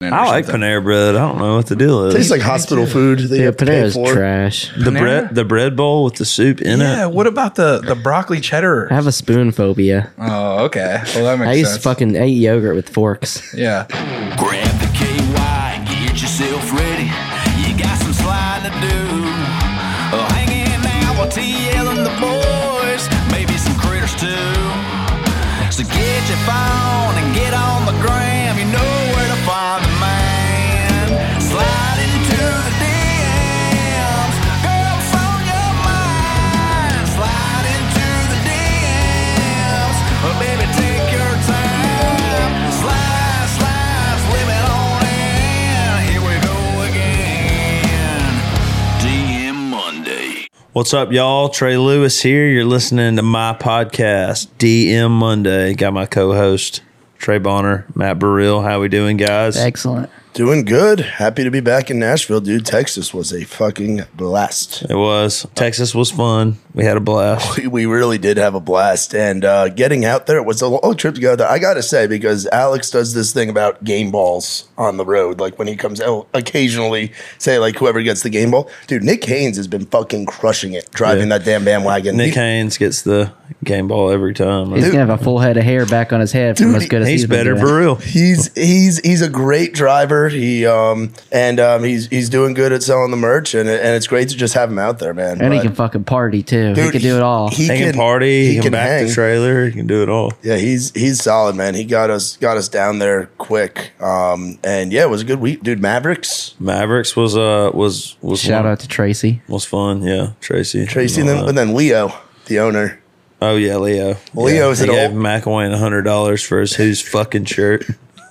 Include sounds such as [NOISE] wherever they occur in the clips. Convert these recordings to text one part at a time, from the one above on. I like Panera Bread. I don't know what the deal is. Tastes like hospital food. They Yeah, have to pay Panera's for. trash. the Panera? bread, the bread bowl with the soup in Yeah, it. what about the the broccoli cheddar? I have a spoon phobia. Oh, okay. Well, that makes I used sense. to fucking eat yogurt with forks. yeah. Grab the KY, get yourself ready. You got some sliding to do. Oh, hanging out with TL and the boys, maybe some critters too. So get your phone and get on the gram. You know where to find the man. Slide into the DMs. Girls on your mind. Slide into the DMs. Oh, baby, take your time. Slide, slide, slip it on in. Here we go again. DM Monday. What's up, y'all? Trey Lewis here. You're listening to my podcast, DM Monday. Got my co-host Trey Bonner, Matt Burrill. How we doing, guys? Excellent. Doing good. Happy to be back in Nashville, dude. Texas was a fucking blast. It was Texas was fun. We had a blast. [LAUGHS] We- We really did have a blast, and uh, getting out there was a long trip to go. There, I gotta say, because Alex does this thing about game balls on the road. Like when he comes out, occasionally say like whoever gets the game ball, dude. Nick Haynes has been fucking crushing it, driving Yeah. that damn bandwagon. Nick He- Haynes gets the game ball every time. He's gonna have a full head of hair back on his head from Dude, as good as He's he's been better doing. Burrill. He's he's he's a great driver. He um and um he's he's doing good at selling the merch, and it- and it's great to just have him out there, man. And he But- can fucking party too. he Dude, can do it all. He can party. He, can, back hang. the trailer. He can do it all. Yeah, he's he's solid, man. He got us got us down there quick. Um, and yeah, it was a good week, dude. Mavericks, Mavericks was uh was was Shout one- out to Tracy. was fun. Yeah, Tracy. Uh, Tracy, and and all then, that. and then Leo, the owner. Oh yeah, Leo. Leo's yeah. an he gave old- McElwain hundred dollars for his who's fucking shirt.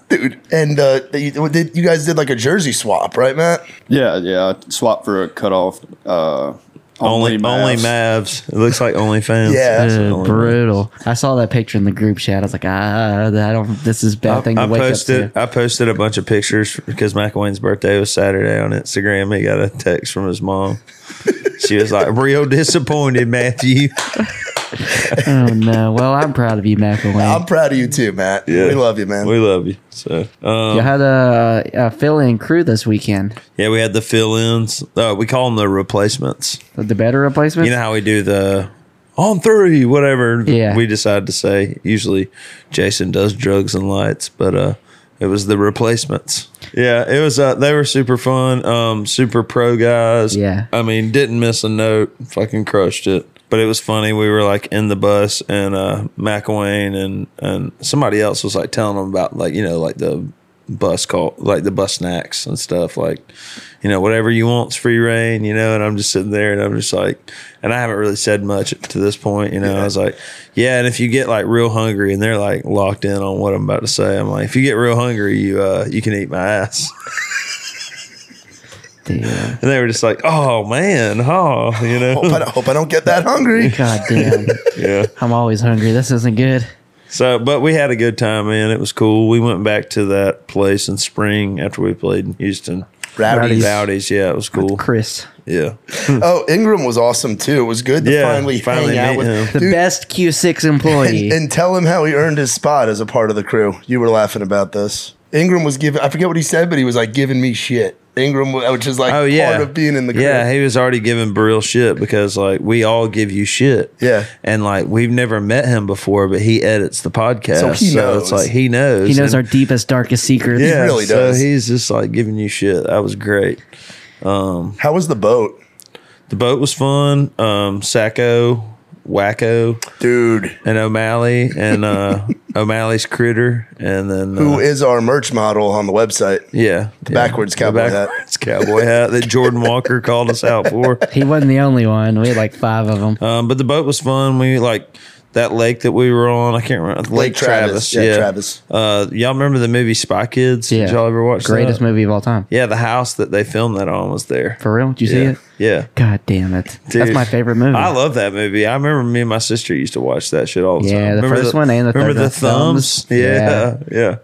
Dude, and uh, they, what did- you guys did like a jersey swap, right, Matt? Yeah, yeah. Swap for a cutoff. Uh, only only Mavs. Mavs. It looks like only fans. Yeah. Dude, Only Mavs. brutal. I saw that picture in the group chat. I was like, ah, I don't. This is a bad thing to I wake posted up to. I posted a bunch of pictures because McElwain's birthday was Saturday on Instagram. He got a text from his mom. she was like, "Real disappointed, Matthew." Oh no. Well, I'm proud of you, McElwain. I'm proud of you too, Matt. We love you, man. We love you. So um, you had a, a fill-in crew this weekend. yeah, we had the fill-ins. Uh, we call them the replacements. The better replacement. You know how we do the on three, whatever Yeah. we decide to say. Usually Jason does drugs and lights, but uh it was the replacements. Yeah, it was uh they were super fun, um, super pro guys. Yeah. I mean, didn't miss a note, fucking crushed it. But it was funny. We were like in the bus and uh McElwain and and somebody else was like telling them about like, you know, like the bus call like the bus snacks and stuff like you know whatever you want's free reign you know and i'm just sitting there and i'm just like and i haven't really said much to this point you know i was like yeah and if you get like real hungry and they're like locked in on what i'm about to say i'm like if you get real hungry you uh you can eat my ass [LAUGHS] Dude. and they were just like oh man huh you [LAUGHS] Hope I, know don't- hope I don't get that hungry. God damn. yeah I'm always hungry. This isn't good. So, but we had a good time, man. It was cool. We went back to that place in spring after we played in Houston. Rowdies. Rowdies, yeah, it was cool. Chris, [LAUGHS] Yeah, Oh, Ingram was awesome too. It was good to Yeah, finally, finally hang out meet with him. the best Q6 employee. and, and tell him how he earned his spot as a part of the crew. You were laughing about this. Ingram was giving, I forget what he said, but he was like giving me shit. Ingram, wa- which is like oh yeah, part of being in the crew. yeah, he was already giving Burrell shit because like we all give you shit. Yeah. and like we've never met him before, but he edits the podcast, so, So he it's knows. like he knows. he knows And- our deepest, darkest secrets. Yeah, really so does. he's just like giving you shit. That was great. How was the boat? The boat was fun. Um, Sacco, Wacko, Dude, and O'Malley, and [LAUGHS] uh, O'Malley's critter, and then uh, who is our merch model on the website? Yeah. The backwards cowboy hat. backwards cowboy hat that Jordan Walker called us out [LAUGHS] for. He wasn't the only one. We had like five of them. Um, but the boat was fun. We like that lake that we were on. I can't remember. Lake, Travis. Travis. Yeah, Travis. Uh, y'all remember the movie Spy Kids? Yeah. Did y'all ever watch Greatest that? movie of all time. Yeah, the house that they filmed that on was there. For real? Did you see yeah. it? Yeah. God damn it. That's Dude. my favorite movie. I love that movie. I remember me and my sister used to watch that shit all the Yeah, time. the remember first one and the remember third the one. thumbs. Thumbs. Yeah, yeah,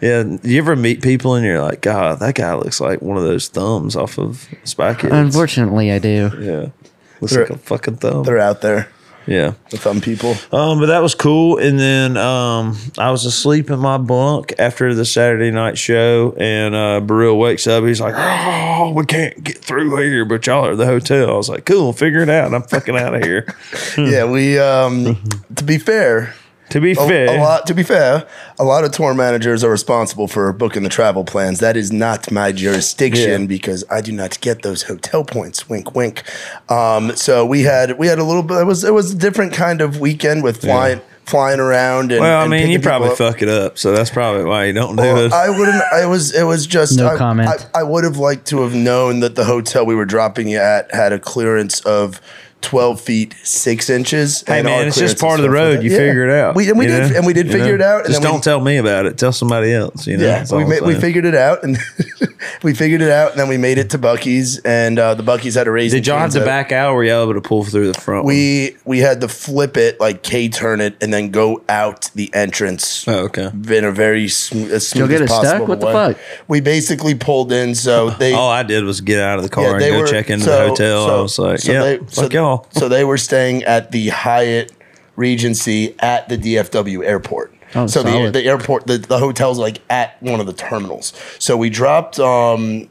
yeah. You ever meet people and you're like, God, that guy looks like one of those thumbs off of Spy Kids. Unfortunately, I do. Yeah. Looks They're- like a fucking thumb. They're out there. Yeah. The thumb people. Um, but that was cool. And then um, I was asleep in my bunk after the Saturday night show, and uh, Burrell wakes up. He's like, "Oh, we can't get through here, but y'all are at the hotel." I was like, "Cool, figure it out. I'm fucking out of here." yeah, [LAUGHS] we. Um, to be fair, to be a, fair, a lot. To be fair, a lot of tour managers are responsible for booking the travel plans. That is not my jurisdiction Yeah. because I do not get those hotel points. Wink, wink. Um, so we had we had a little bit. It was it was a different kind of weekend with flying flying around. And, well, I and mean, picking you people probably up. fuck it up, so that's probably why you don't do Well, this. I wouldn't. I was. It was just. No I, comment. I, I would have liked to have known that the hotel we were dropping you at had a clearance of. 12 feet 6 inches Hey and our man, it's just clearance part of is the 12 feet. road. You Yeah. figure it out. we, and we you did know? and we did You figure know? it out and Just then don't we, tell me about it. Tell somebody else. You know. yeah, That's all we, I'm ma- we saying. figured it out, and [LAUGHS] we figured it out, and then we made it to Bucky's, and uh, the Bucky's had a raise. Did y'all have to back out? Or were y'all able to pull through the front? one? We we had to flip it, like K turn it, and then go out the entrance Oh, okay. in a very sm- as smooth get as it stuck? possible What the way. fuck? We basically pulled in, [LAUGHS] so they. All I did was get out of the yeah, car they and go were- check into so- the hotel. so- I was like, so yeah, they- fuck so- y'all. So they were staying at the Hyatt Regency at the DFW airport. Oh, so the, solid. the airport, the, the hotel's like at one of the terminals. So we dropped um,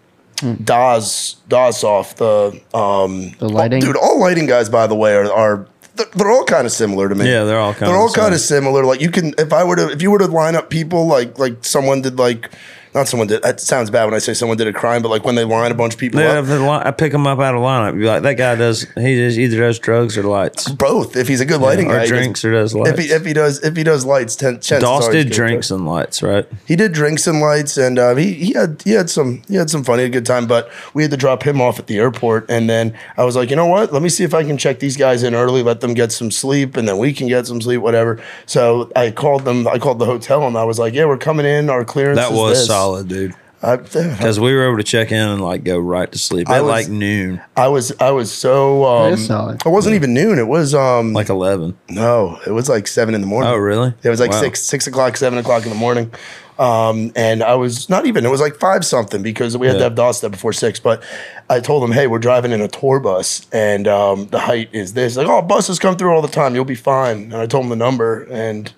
Dawes Dawes off the um, The lighting? dude, all lighting guys, by the way, are, are they're- they're all kind of similar to me. Yeah, they're all kinda they're all similar. kind of similar. Like you can, if I were to, if you were to line up people, like like someone did, like not someone did. That sounds bad when I say someone did a crime, but like when they line a bunch of people Yeah, up, if the li- I pick him up out of lineup. You're like, that guy does. He just either does drugs or lights, both. If he's a good lighting guy, or he does- drinks or does If lights. he, if he does if he does lights, ten, chances Doss are he's did good. drinks and lights, right? He did drinks and lights, and uh, he he had he had some he had some fun. He had a good time, but we had to drop him off at the airport, and then I was like, you know what? Let me see if I can check these guys in early, let them get some sleep, and then we can get some sleep, whatever. So I called them. I called the hotel, and I was like, yeah, we're coming in. Our clearance That is was this. solid, dude. I, [LAUGHS] Because we were able to check in and like go right to sleep I at was- like noon, I was I was so That um, is solid. It wasn't even noon. It was um like eleven. no, it was like seven in the morning. Oh, really? It was like Wow. six, six o'clock, seven o'clock in the morning. Um, and I was not even, it was like five something because we had to Yeah. have DOS there before six. But I told them, hey, we're driving in a tour bus and um, the height is this. Like, oh, buses come through all the time. You'll be fine. And I told them the number and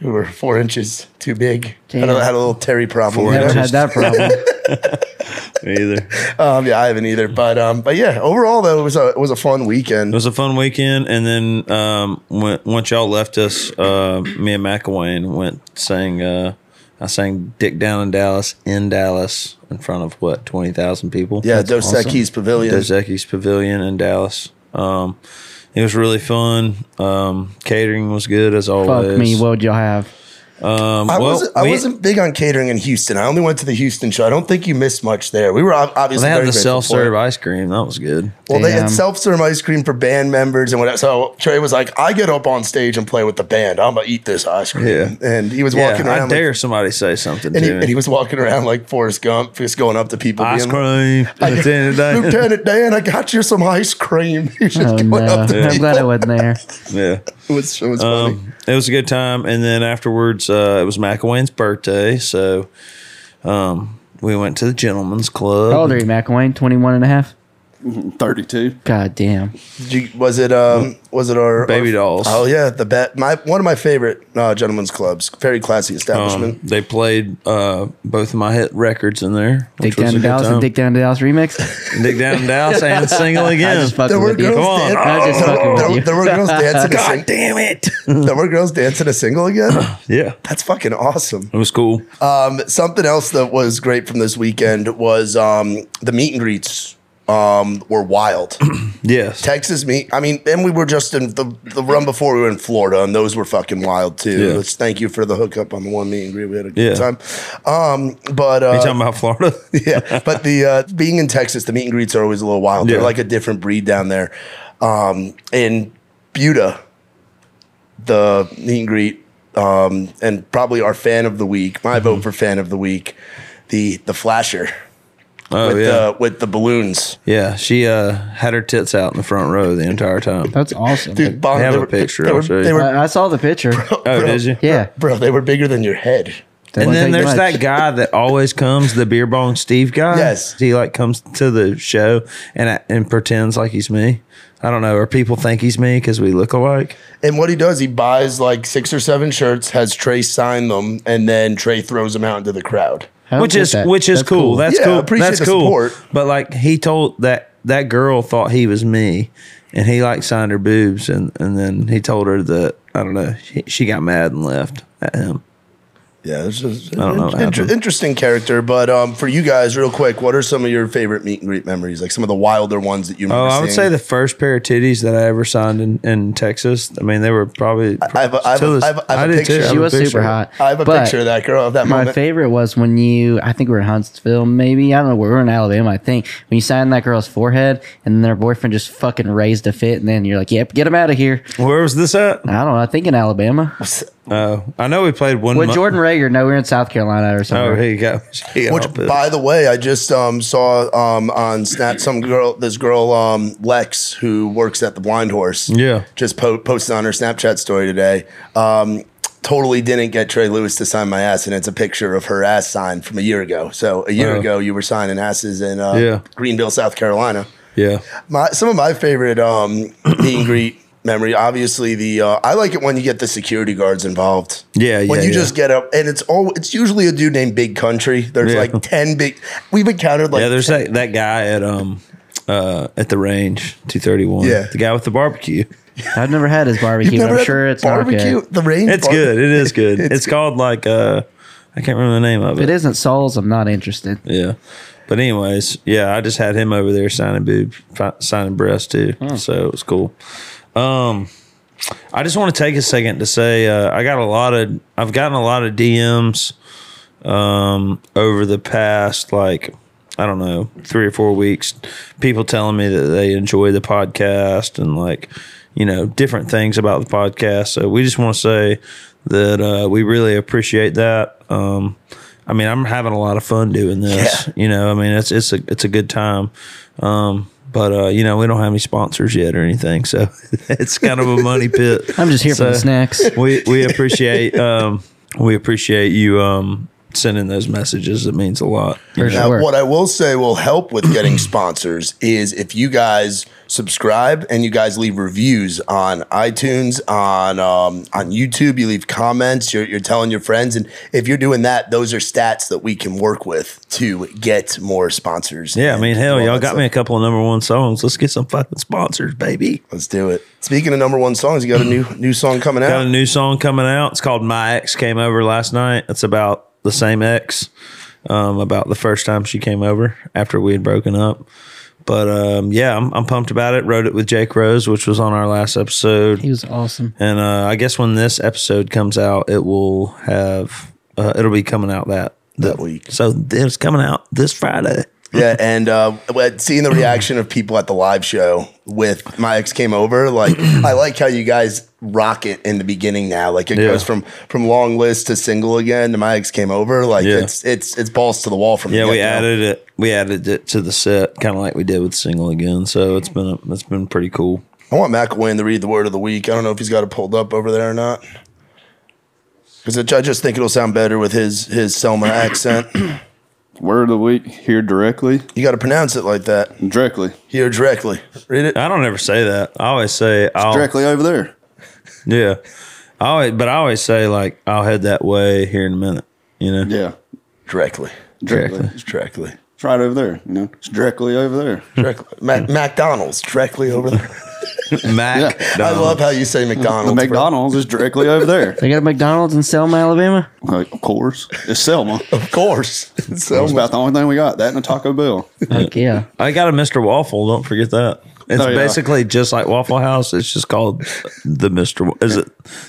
we were four inches too big. I Damn. had a little Terry problem. Four you know? Never had that [LAUGHS] problem. Either Um, yeah, I haven't either. But um, but yeah, overall though, it was a it was a fun weekend. It was a fun weekend, and then um, when, once y'all left us, uh, me and McElwain went sang. Uh, I sang "Dick Down in Dallas" in Dallas in front of what twenty thousand people. yeah, Dos Equis Pavilion. Dos Equis Pavilion in Dallas. Um, it was really fun. Um, catering was good as always. Fuck me, what would y'all [LAUGHS] have? Um, I well, wasn't. I we- wasn't big on catering in Houston. I only went to the Houston show. I don't think you missed much there. We were ob- Well, obviously they had very the grateful self serve for it. ice cream. That was good. Well, they had Damn. self serve ice cream for band members and whatever. So Trey was like, "I get up on stage and play with the band. I'm gonna eat this ice cream." Yeah. and he was Yeah, walking I around. dare like, somebody say something and, he, to me. and he was walking around like Forrest Gump, just going up to people. ice being like, cream. [LAUGHS] At the end of the day. Lieutenant Dan, I got you some ice cream. [LAUGHS] He was just Oh going no, up to I'm people. glad I wasn't [LAUGHS] there. yeah. It was, it was funny. Um, it was a good time, and then afterwards, uh, it was McElwain's birthday, so um, we went to the gentleman's club. How old are you, McElwain? 21 and a half? 32. God damn. Did you, was it um was it our Baby our- dolls. Oh yeah, the bet my one of my favorite uh, gentlemen's clubs, very classy establishment. Um, they played uh, both of my hit records in there. Dick which was Down to a good Dallas time. and Dick Down to Dallas remix? [LAUGHS] Dick down [LAUGHS] in Dallas and single I again. just fucking there were with you. girls Come on. dancing. I was just fucking with there, you. there were girls dancing. a sing- damn it! [LAUGHS] there were girls dancing a single again. yeah, That's fucking awesome. it was cool. Uh, Um, something else that was great from this weekend was um, the meet and greets um, were wild. Yes, Texas meet. I mean, and we were just in the the run before we were in Florida, and those were fucking wild too. Yeah. Let's thank you for the hookup on the one meet and greet. We had a Yeah. good time. Um, but you uh, talking [LAUGHS] about Florida? yeah, but the uh, being in Texas, the meet and greets are always a little wild. They're Yeah. like a different breed down there. Um, in Buda, the meet and greet, um, and probably our fan of the week, my Mm-hmm. vote for fan of the week, the the flasher Oh with yeah, uh, the with the balloons. yeah. She uh, had her tits out in the front row the entire time. That's awesome. Dude, Bong, I have they a were- picture, They I'll were, show you. they were- I, I saw the picture. Oh, did you? Yeah. bro, they were bigger than your head. And Don't then take there's much. that guy that always comes, the beer bong Steve guy. Yes. he like comes to the show and uh, and pretends like he's me. I don't know, or people think he's me because we look alike. And what he does, he buys like six or seven shirts, has Trey sign them, and then Trey throws them out into the crowd. I don't which get is that. which is That's cool. That's Yeah, I cool. appreciate That's the cool. support. But like he told that that girl thought he was me, and he like signed her boobs, and and then he told her that I don't know. She, she got mad and left at him. Yeah, this is don't know what inter- happened. interesting character. But um, for you guys, real quick, what are some of your favorite meet and greet memories? Like some of the wilder ones that you. Oh, remember I would seeing? say the first pair of titties that I ever signed in, in Texas. I mean, they were probably. I have a- I have a- to this- I have a- I have a do too. I picture. She have She a was picture. super hot. I have a But picture of that girl of that My moment. favorite was when you, I think we were in Huntsville, maybe. I don't know. We were in Alabama, I think. When you signed that girl's forehead and then her boyfriend just fucking raised a fit. And then you're like, yep, get him out of here. Where was this at? I don't know. I think in Alabama. Oh, I know we played one. With month- Jordan Rager. No, we were in South Carolina or Oh, something. here you go. [LAUGHS] He got all Which, pissed. by the way, I just um, saw um, on Snap some girl, this girl um, Lex, who works at the Blind Horse. Yeah. just po- posted on her Snapchat story today. Um, totally didn't get Trey Lewis to sign my ass, and it's a picture of her ass sign from a year ago. So a year Wow. ago, you were signing asses in uh, Uh-huh. Yeah. Greenville, South Carolina. yeah. My some of my favorite um, [CLEARS THROAT] meet and greet memory. Obviously, the uh, I like it when you get the security guards involved. Yeah, when yeah, you yeah. just get up, and it's all it's usually a dude named Big Country. There's Yeah. like ten big. We've encountered like yeah, there's that, that guy at um uh at the range, two thirty one. Yeah. the guy with the barbecue. I've never had his You've barbecue, never but I'm had sure it's barbecue. barbecue. Not The range. It's barbe- good. It [LAUGHS] is good. it's It's called like uh I can't remember the name of good. If it. it isn't Souls, I'm not interested. Yeah. But anyways, yeah, I just had him over there signing boob, fi- signing breast too, so it was cool. Um, I just want to take a second to say uh, I got a lot of I've gotten a lot of DMs um over the past like I don't know three or four weeks, people telling me that they enjoy the podcast and like you know different things about the podcast. So we just want to say that uh, we really appreciate that. Um, I mean, I'm having a lot of fun doing this. You know, I mean, it's it's a it's a good time. Um, but uh, you know, we don't have any sponsors yet or anything, so [LAUGHS] it's kind of a money [LAUGHS] pit. I'm just here for the uh, So- snacks. [LAUGHS] we we appreciate um we appreciate you um sending those messages. It means a lot. For Now, sure. what I will say will help with getting [CLEARS THROAT] sponsors is if you guys subscribe and you guys leave reviews on iTunes, on um, on YouTube, you leave comments, you're, you're telling your friends, and if you're doing that, those are stats that we can work with to get more sponsors. Yeah, I and mean, hell, all y'all that got stuff. me a couple of number one songs. Let's get some fucking sponsors, baby. Let's do it. Speaking of number one songs, you got a new [CLEARS THROAT] new song coming out. Got a new song coming out. It's called My Ex Came Over Last Night. It's about the same ex, um, about the first time she came over after we had broken up. But um, yeah, I'm, I'm pumped about it. Wrote it with Jake Rose, which was on our last episode. He was awesome. And uh, I guess when this episode comes out, it will have uh, it'll be coming out that That week. So it's coming out this Friday. yeah, and uh, well, seeing the reaction of people at the live show with my ex came over, like I like how you guys rock it in the beginning now. Like it Yeah. goes from from long list to single again to my ex came over. Like Yeah. it's it's it's balls to the wall from the Yeah, we get-go. added it. We added it to the set, kind of like we did with single again. So it's been it's been pretty cool. I want McElwain to read the word of the week. I don't know if he's got it pulled up over there or not. Because I just think it'll sound better with his his Selma accent. Word of the week here directly. You got to pronounce it like that. Directly. Here directly. Read it. I don't ever say that. I always say I'll Directly over there. yeah. I always, but I always say like I'll head that way here in a minute. You know. Yeah. Directly. Directly. Directly. It's directly. It's right over there. You know, it's directly over there. Directly. Mm. Mac- McDonald's directly over [LAUGHS] there. Mac. I Donald. love how you say The McDonald's. bro. McDonald's is directly over there. They got a McDonald's in Selma, Alabama. Like, of course. It's Selma. Of course. [LAUGHS] So That's about the only thing we got. That and a Taco Bell. Like, yeah. I got a Mr. Waffle. Don't forget that. It's Oh, yeah. basically just like Waffle House. It's just called the Mr. Wa- Is it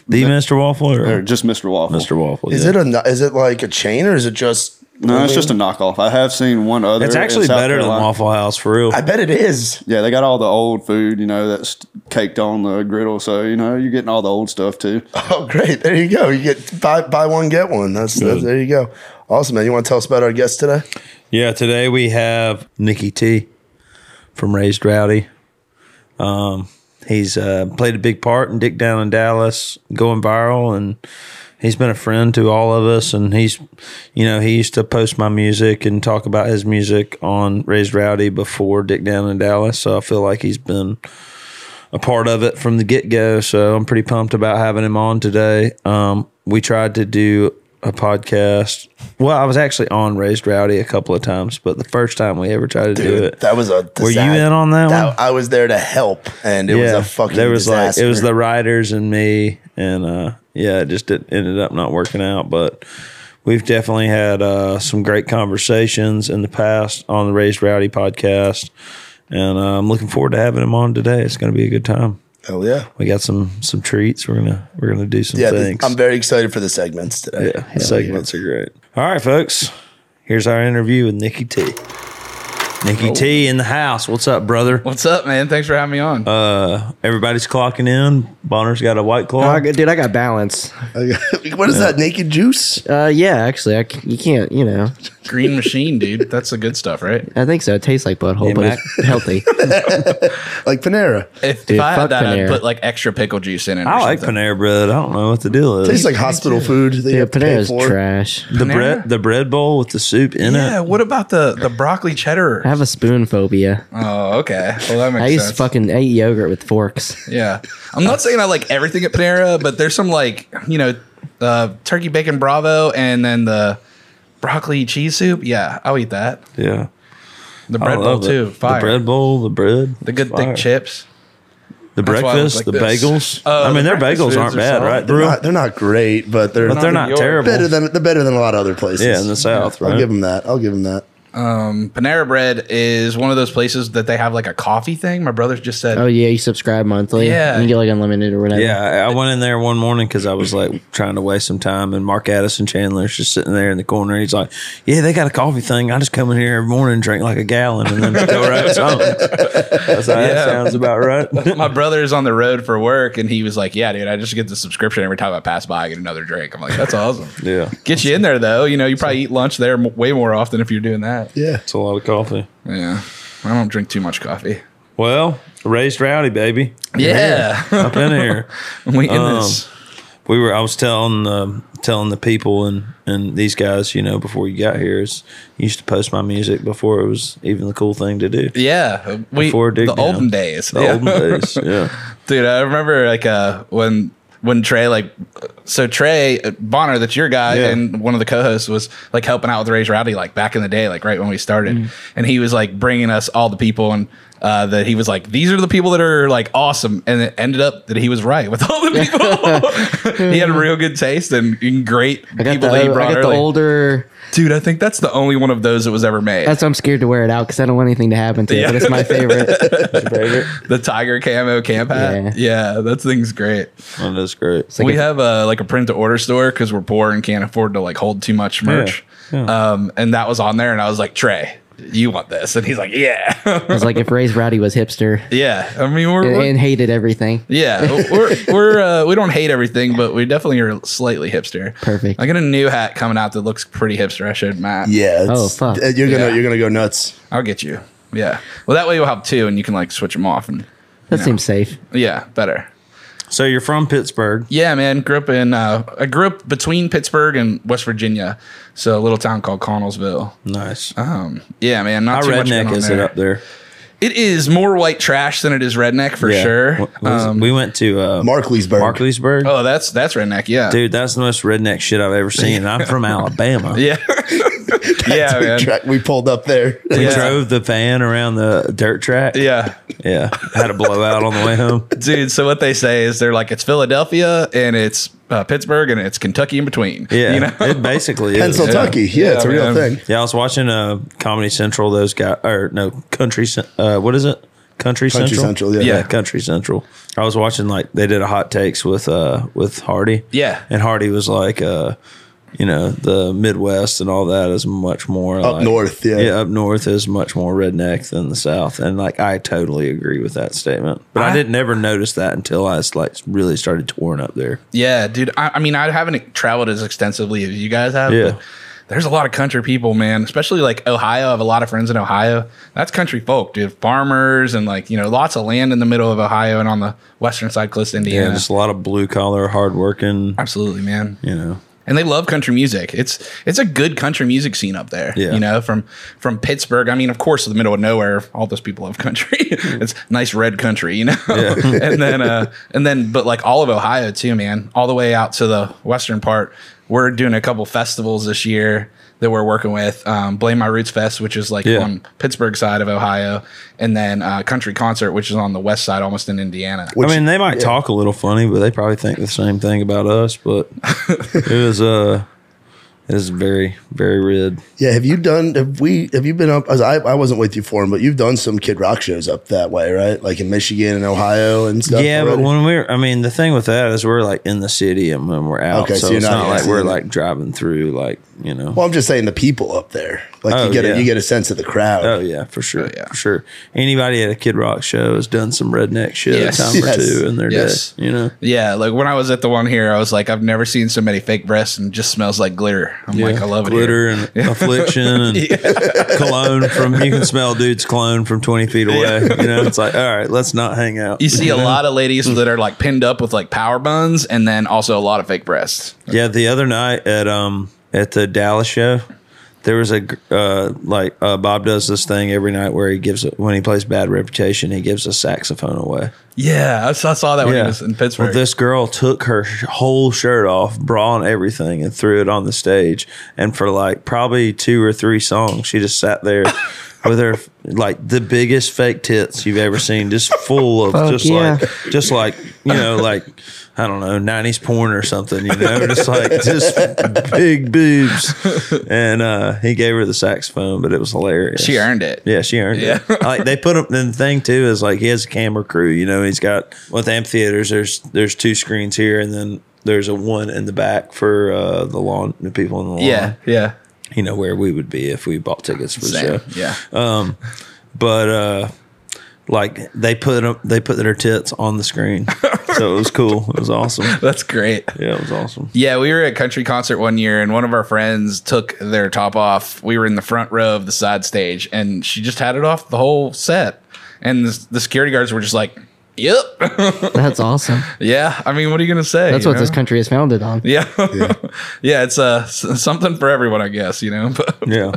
the Mr. Waffle Or or just Mr. Waffle. Mr. Waffle? is yeah. it a no- is it like a chain or is it just No, it's just a knockoff. I have seen one other. It's in actually South better than Carolina. Waffle House for real. I bet it is. Yeah, they got all the old food, you know, that's caked on the griddle. So, you know, you're getting all the old stuff too. Oh, great! There you go. You get buy buy one get one. That's, that's there you go. Awesome, man. You want to tell us about our guest today? Yeah, today we have Nikki T from Raised Rowdy. Um, he's uh, played a big part in Dick Down in Dallas, going viral, and he's been a friend to all of us, and he's, you know, he used to post my music and talk about his music on Raised Rowdy before Dick Down in Dallas. So I feel like he's been a part of it from the get go. So I'm pretty pumped about having him on today. Um, we tried to do a podcast. Well, I was actually on Raised Rowdy a couple of times, but the first time we ever tried to do it, That was a. Were you disa- in on that one? I was there to help, and it was a fucking. there was disaster. like it was the riders and me and uh yeah it just did, ended up not working out but we've definitely had uh some great conversations in the past on the raised rowdy podcast and uh, i'm looking forward to having him on today it's going to be a good time hell yeah. we got some some treats we're gonna we're gonna do some Yeah, th- things I'm very excited for the segments today. yeah the segments are great all right folks here's our interview with nikki t nikki t in the house what's up brother What's up, man? Thanks for having me on. Uh, everybody's clocking in bonner's got a white claw Oh, I got- dude, I got balance. [LAUGHS] what is that? Naked juice? Uh, yeah, actually, I c- you can't, you know. Green machine, dude. That's the good stuff, right? I think so. It tastes like butthole, Hey, but Mac. it's [LAUGHS] healthy. Like Panera? If, Dude, if I fuck had that, I'd Panera. put like extra pickle juice in it. or I like something. Panera bread. I don't know what the deal is. Tastes like hospital food. That you Dude, have to pay Panera's for. trash. the Panera? bread, the bread bowl with the soup in Yeah. it. What about the the broccoli [LAUGHS] cheddar? I have a spoon phobia. Oh, okay. Well, that makes I used to sense. fucking eat yogurt with forks. Yeah. I'm not saying I like everything at Panera, but there's some like, you know, uh, turkey bacon bravo and then the broccoli cheese soup. Yeah, I'll eat that. Yeah, The I bread bowl love it. too. Fire. The bread bowl, the bread, The good fire. thick chips. the That's why I was breakfast, like the this. bagels. Oh, I mean, the their breakfast bagels foods aren't are bad, solid. right? They're They're not, they're not great, but they're, but they're not not in New York. terrible. better than they're better than a lot of other places. yeah, in the south, I'll right? give them that. I'll give them that. Panera Bread is one of those places that they have like a coffee thing. My brother's just said, Oh yeah, you subscribe monthly. Yeah. and you get like unlimited or whatever. yeah, I- I went in there one morning because I was like trying to waste some time, and Mark Addison Chandler's just sitting there in the corner. He's like, "Yeah, they got a coffee thing. I just come in here every morning, and drink like a gallon, and then go right [LAUGHS] home." That's how that Yeah. sounds about right. [LAUGHS] My brother's on the road for work and he was like, Yeah, dude, I just get the subscription every time I pass by, I get another drink. I'm like, [LAUGHS] That's awesome. yeah, Get you in there though. You know, you probably eat lunch there m- way more often if you're doing that. Yeah. it's a lot of coffee. Yeah. I don't drink too much coffee. [LAUGHS] Well, raised rowdy, baby. Yeah. [LAUGHS] Up in here. we in Um, this. we were I was telling the telling the people and and these guys, you know, before you got here is you used to post my music before it was even the cool thing to do. Yeah, we Before Dig the Down. olden days. The yeah. olden days. [LAUGHS] Yeah. dude. I remember like uh when when Trey like so Trey uh, Bonner, that's your guy, Yeah. and one of the co-hosts was like helping out with Raise Rowdy like back in the day, like right when we started, Mm-hmm. and he was like bringing us all the people and. Uh, that he was like, these are the people that are like awesome, and it ended up that he was right with all [LAUGHS] the people. [LAUGHS] he had real good taste and, and great I got people the, that he I brought got the early. older. Dude, I think that's the only one of those that was ever made. That's why I'm scared to wear it out because I don't want anything to happen to it. But it's my favorite. the tiger camo camp hat. Yeah, that thing's great. Well, Oh, that's great. we have a like a print to order store because we're poor and can't afford to like hold too much merch. Um, and that was on there, and I was like, Trey, you want this? And he's like, Yeah, [LAUGHS] It's like if Ray's Rowdy was hipster yeah. I mean, we're, and, we're- and hated everything. [LAUGHS] yeah, we're we're uh, we don't hate everything, but we definitely are slightly hipster. Perfect. I got a new hat coming out that looks pretty hipster. I showed Matt. Yeah. it's- Oh, fuck. uh, You're gonna Yeah. you're gonna go nuts. I'll get you. Yeah. Well, that way you'll have two, and you can like switch them off, and That seems safe. yeah, better. So you're from Pittsburgh. Yeah, man. Grew up in uh, I grew up between Pittsburgh and West Virginia, so a little town called Connellsville. Nice. Um, yeah, man. Not How too much redneck going on is it there. up there? It is more white trash than it is redneck for Yeah. sure. What was it? Um, we went to uh, Markleysburg. Markleysburg. oh, that's that's redneck. Yeah, Dude, that's the most redneck shit I've ever seen. And I'm from Alabama. [LAUGHS] yeah, [LAUGHS] yeah, We, man. tra- we pulled [LAUGHS] up there. We Yeah. drove the van around the dirt track. yeah, Yeah. Had a blowout on the way home. dude. So what they say is they're like it's Philadelphia and it's uh, Pittsburgh and it's Kentucky in between. [LAUGHS] Yeah. you know. [LAUGHS] It basically is. Pencil Tucky. Yeah, Yeah, it's a real man. thing. Yeah, I was watching uh, Comedy Central. Those guys, or no, Country. Cen- Uh, what is it? Country, Country Central. Central, yeah. yeah, Country Central. I was watching like they did a hot takes with uh with Hardy. Yeah. and Hardy was like, uh, you know, the Midwest and all that is much more Up like- north, yeah. yeah, up north is much more redneck than the South, and like I totally agree with that statement. But I, I- didn't ever notice that until I like really started touring up there. Yeah, dude. I, I mean, I haven't traveled as extensively as you guys have. Yeah. But there's a lot of country people, man, especially like Ohio. I have a lot of friends in Ohio. That's country folk, dude. Farmers and like, you know, lots of land in the middle of Ohio and on the western side, close to Yeah, Indiana. just a lot of blue collar, hardworking. Absolutely, man. You know, and they love country music. It's it's a good country music scene up there. Yeah. You know, from from Pittsburgh. I mean, of course, the middle of nowhere, all those people love country. [LAUGHS] it's nice red country, you know. [LAUGHS] and then uh and then but like all of Ohio too, man, all the way out to the western part. We're doing a couple festivals this year that we're working with. Um, Blame My Roots Fest, which is like Yeah. on Pittsburgh side of Ohio, and then uh, Country Concert, which is on the west side, almost in Indiana. I mean, they might talk a little funny, but they probably think the same thing about us. But it was uh, it was very very [LAUGHS] red. Yeah, have you done? Have we? Have you been up? as I I wasn't with you for him, but you've done some Kid Rock shows up that way, right? Like in Michigan and Ohio and stuff. Yeah, but already? when we're, I mean, the thing with that is we're like in the city and when we're out, Okay, so, so you're it's not not like actually we're in it. like driving through, like you know. well, I'm just saying the people up there, like Oh, you get yeah. a, you get a sense of the crowd. Oh yeah, for sure, yeah. for sure. Anybody at a Kid Rock show has done some redneck shit Yes. a time Yes. or two in their Yes. day, you know. Yeah, like when I was at the one here, I was like, I've never seen so many fake breasts and it just smells like glitter. I'm like, I love it. here. glitter [LAUGHS] and affliction and cologne from you can smell dude's cologne from 20 feet away you know it's like all right let's not hang out You [LAUGHS] see a lot of ladies that are like pinned up with like power buns and then also a lot of fake breasts. yeah the other night at um at the dallas show there was a gr- uh like uh bob does this thing every night where he gives a, when he plays bad reputation he gives a saxophone away Yeah, I saw, I saw that when he yeah was in Pittsburgh. well, this girl took her sh- whole shirt off bra and everything and threw it on the stage and for like probably two or three songs she just sat [LAUGHS] there with her like the biggest fake tits you've ever seen just full of Fuck just yeah. like just like you know like i don't know 90s porn or something you know just like just big boobs [LAUGHS] and uh he gave her the saxophone but it was hilarious she earned it. yeah, she earned Yeah. [LAUGHS] it. like they put him. The thing too is like he has a camera crew. You know, he's got with amphitheaters. There's there's two screens here, and then there's a one in the back for uh, the lawn, the people in the lawn. Yeah, yeah. you know where we would be if we bought tickets for the Same. show. Yeah. But uh, like they put 'em- they put their tits on [LAUGHS] the screen, so it was cool. It was awesome. That's great. Yeah, it was awesome. Yeah, we were at a country concert one year, and one of our friends took their top off. We were in the front row of the side stage, and she just had it off the whole set. And the, the security guards were just like, "Yep, That's awesome. [LAUGHS] Yeah, I mean, what are you gonna say? That's you what this know? country is founded on. Yeah, [LAUGHS] yeah, It's uh s- something for everyone, I guess. You know. [LAUGHS] But, Yeah.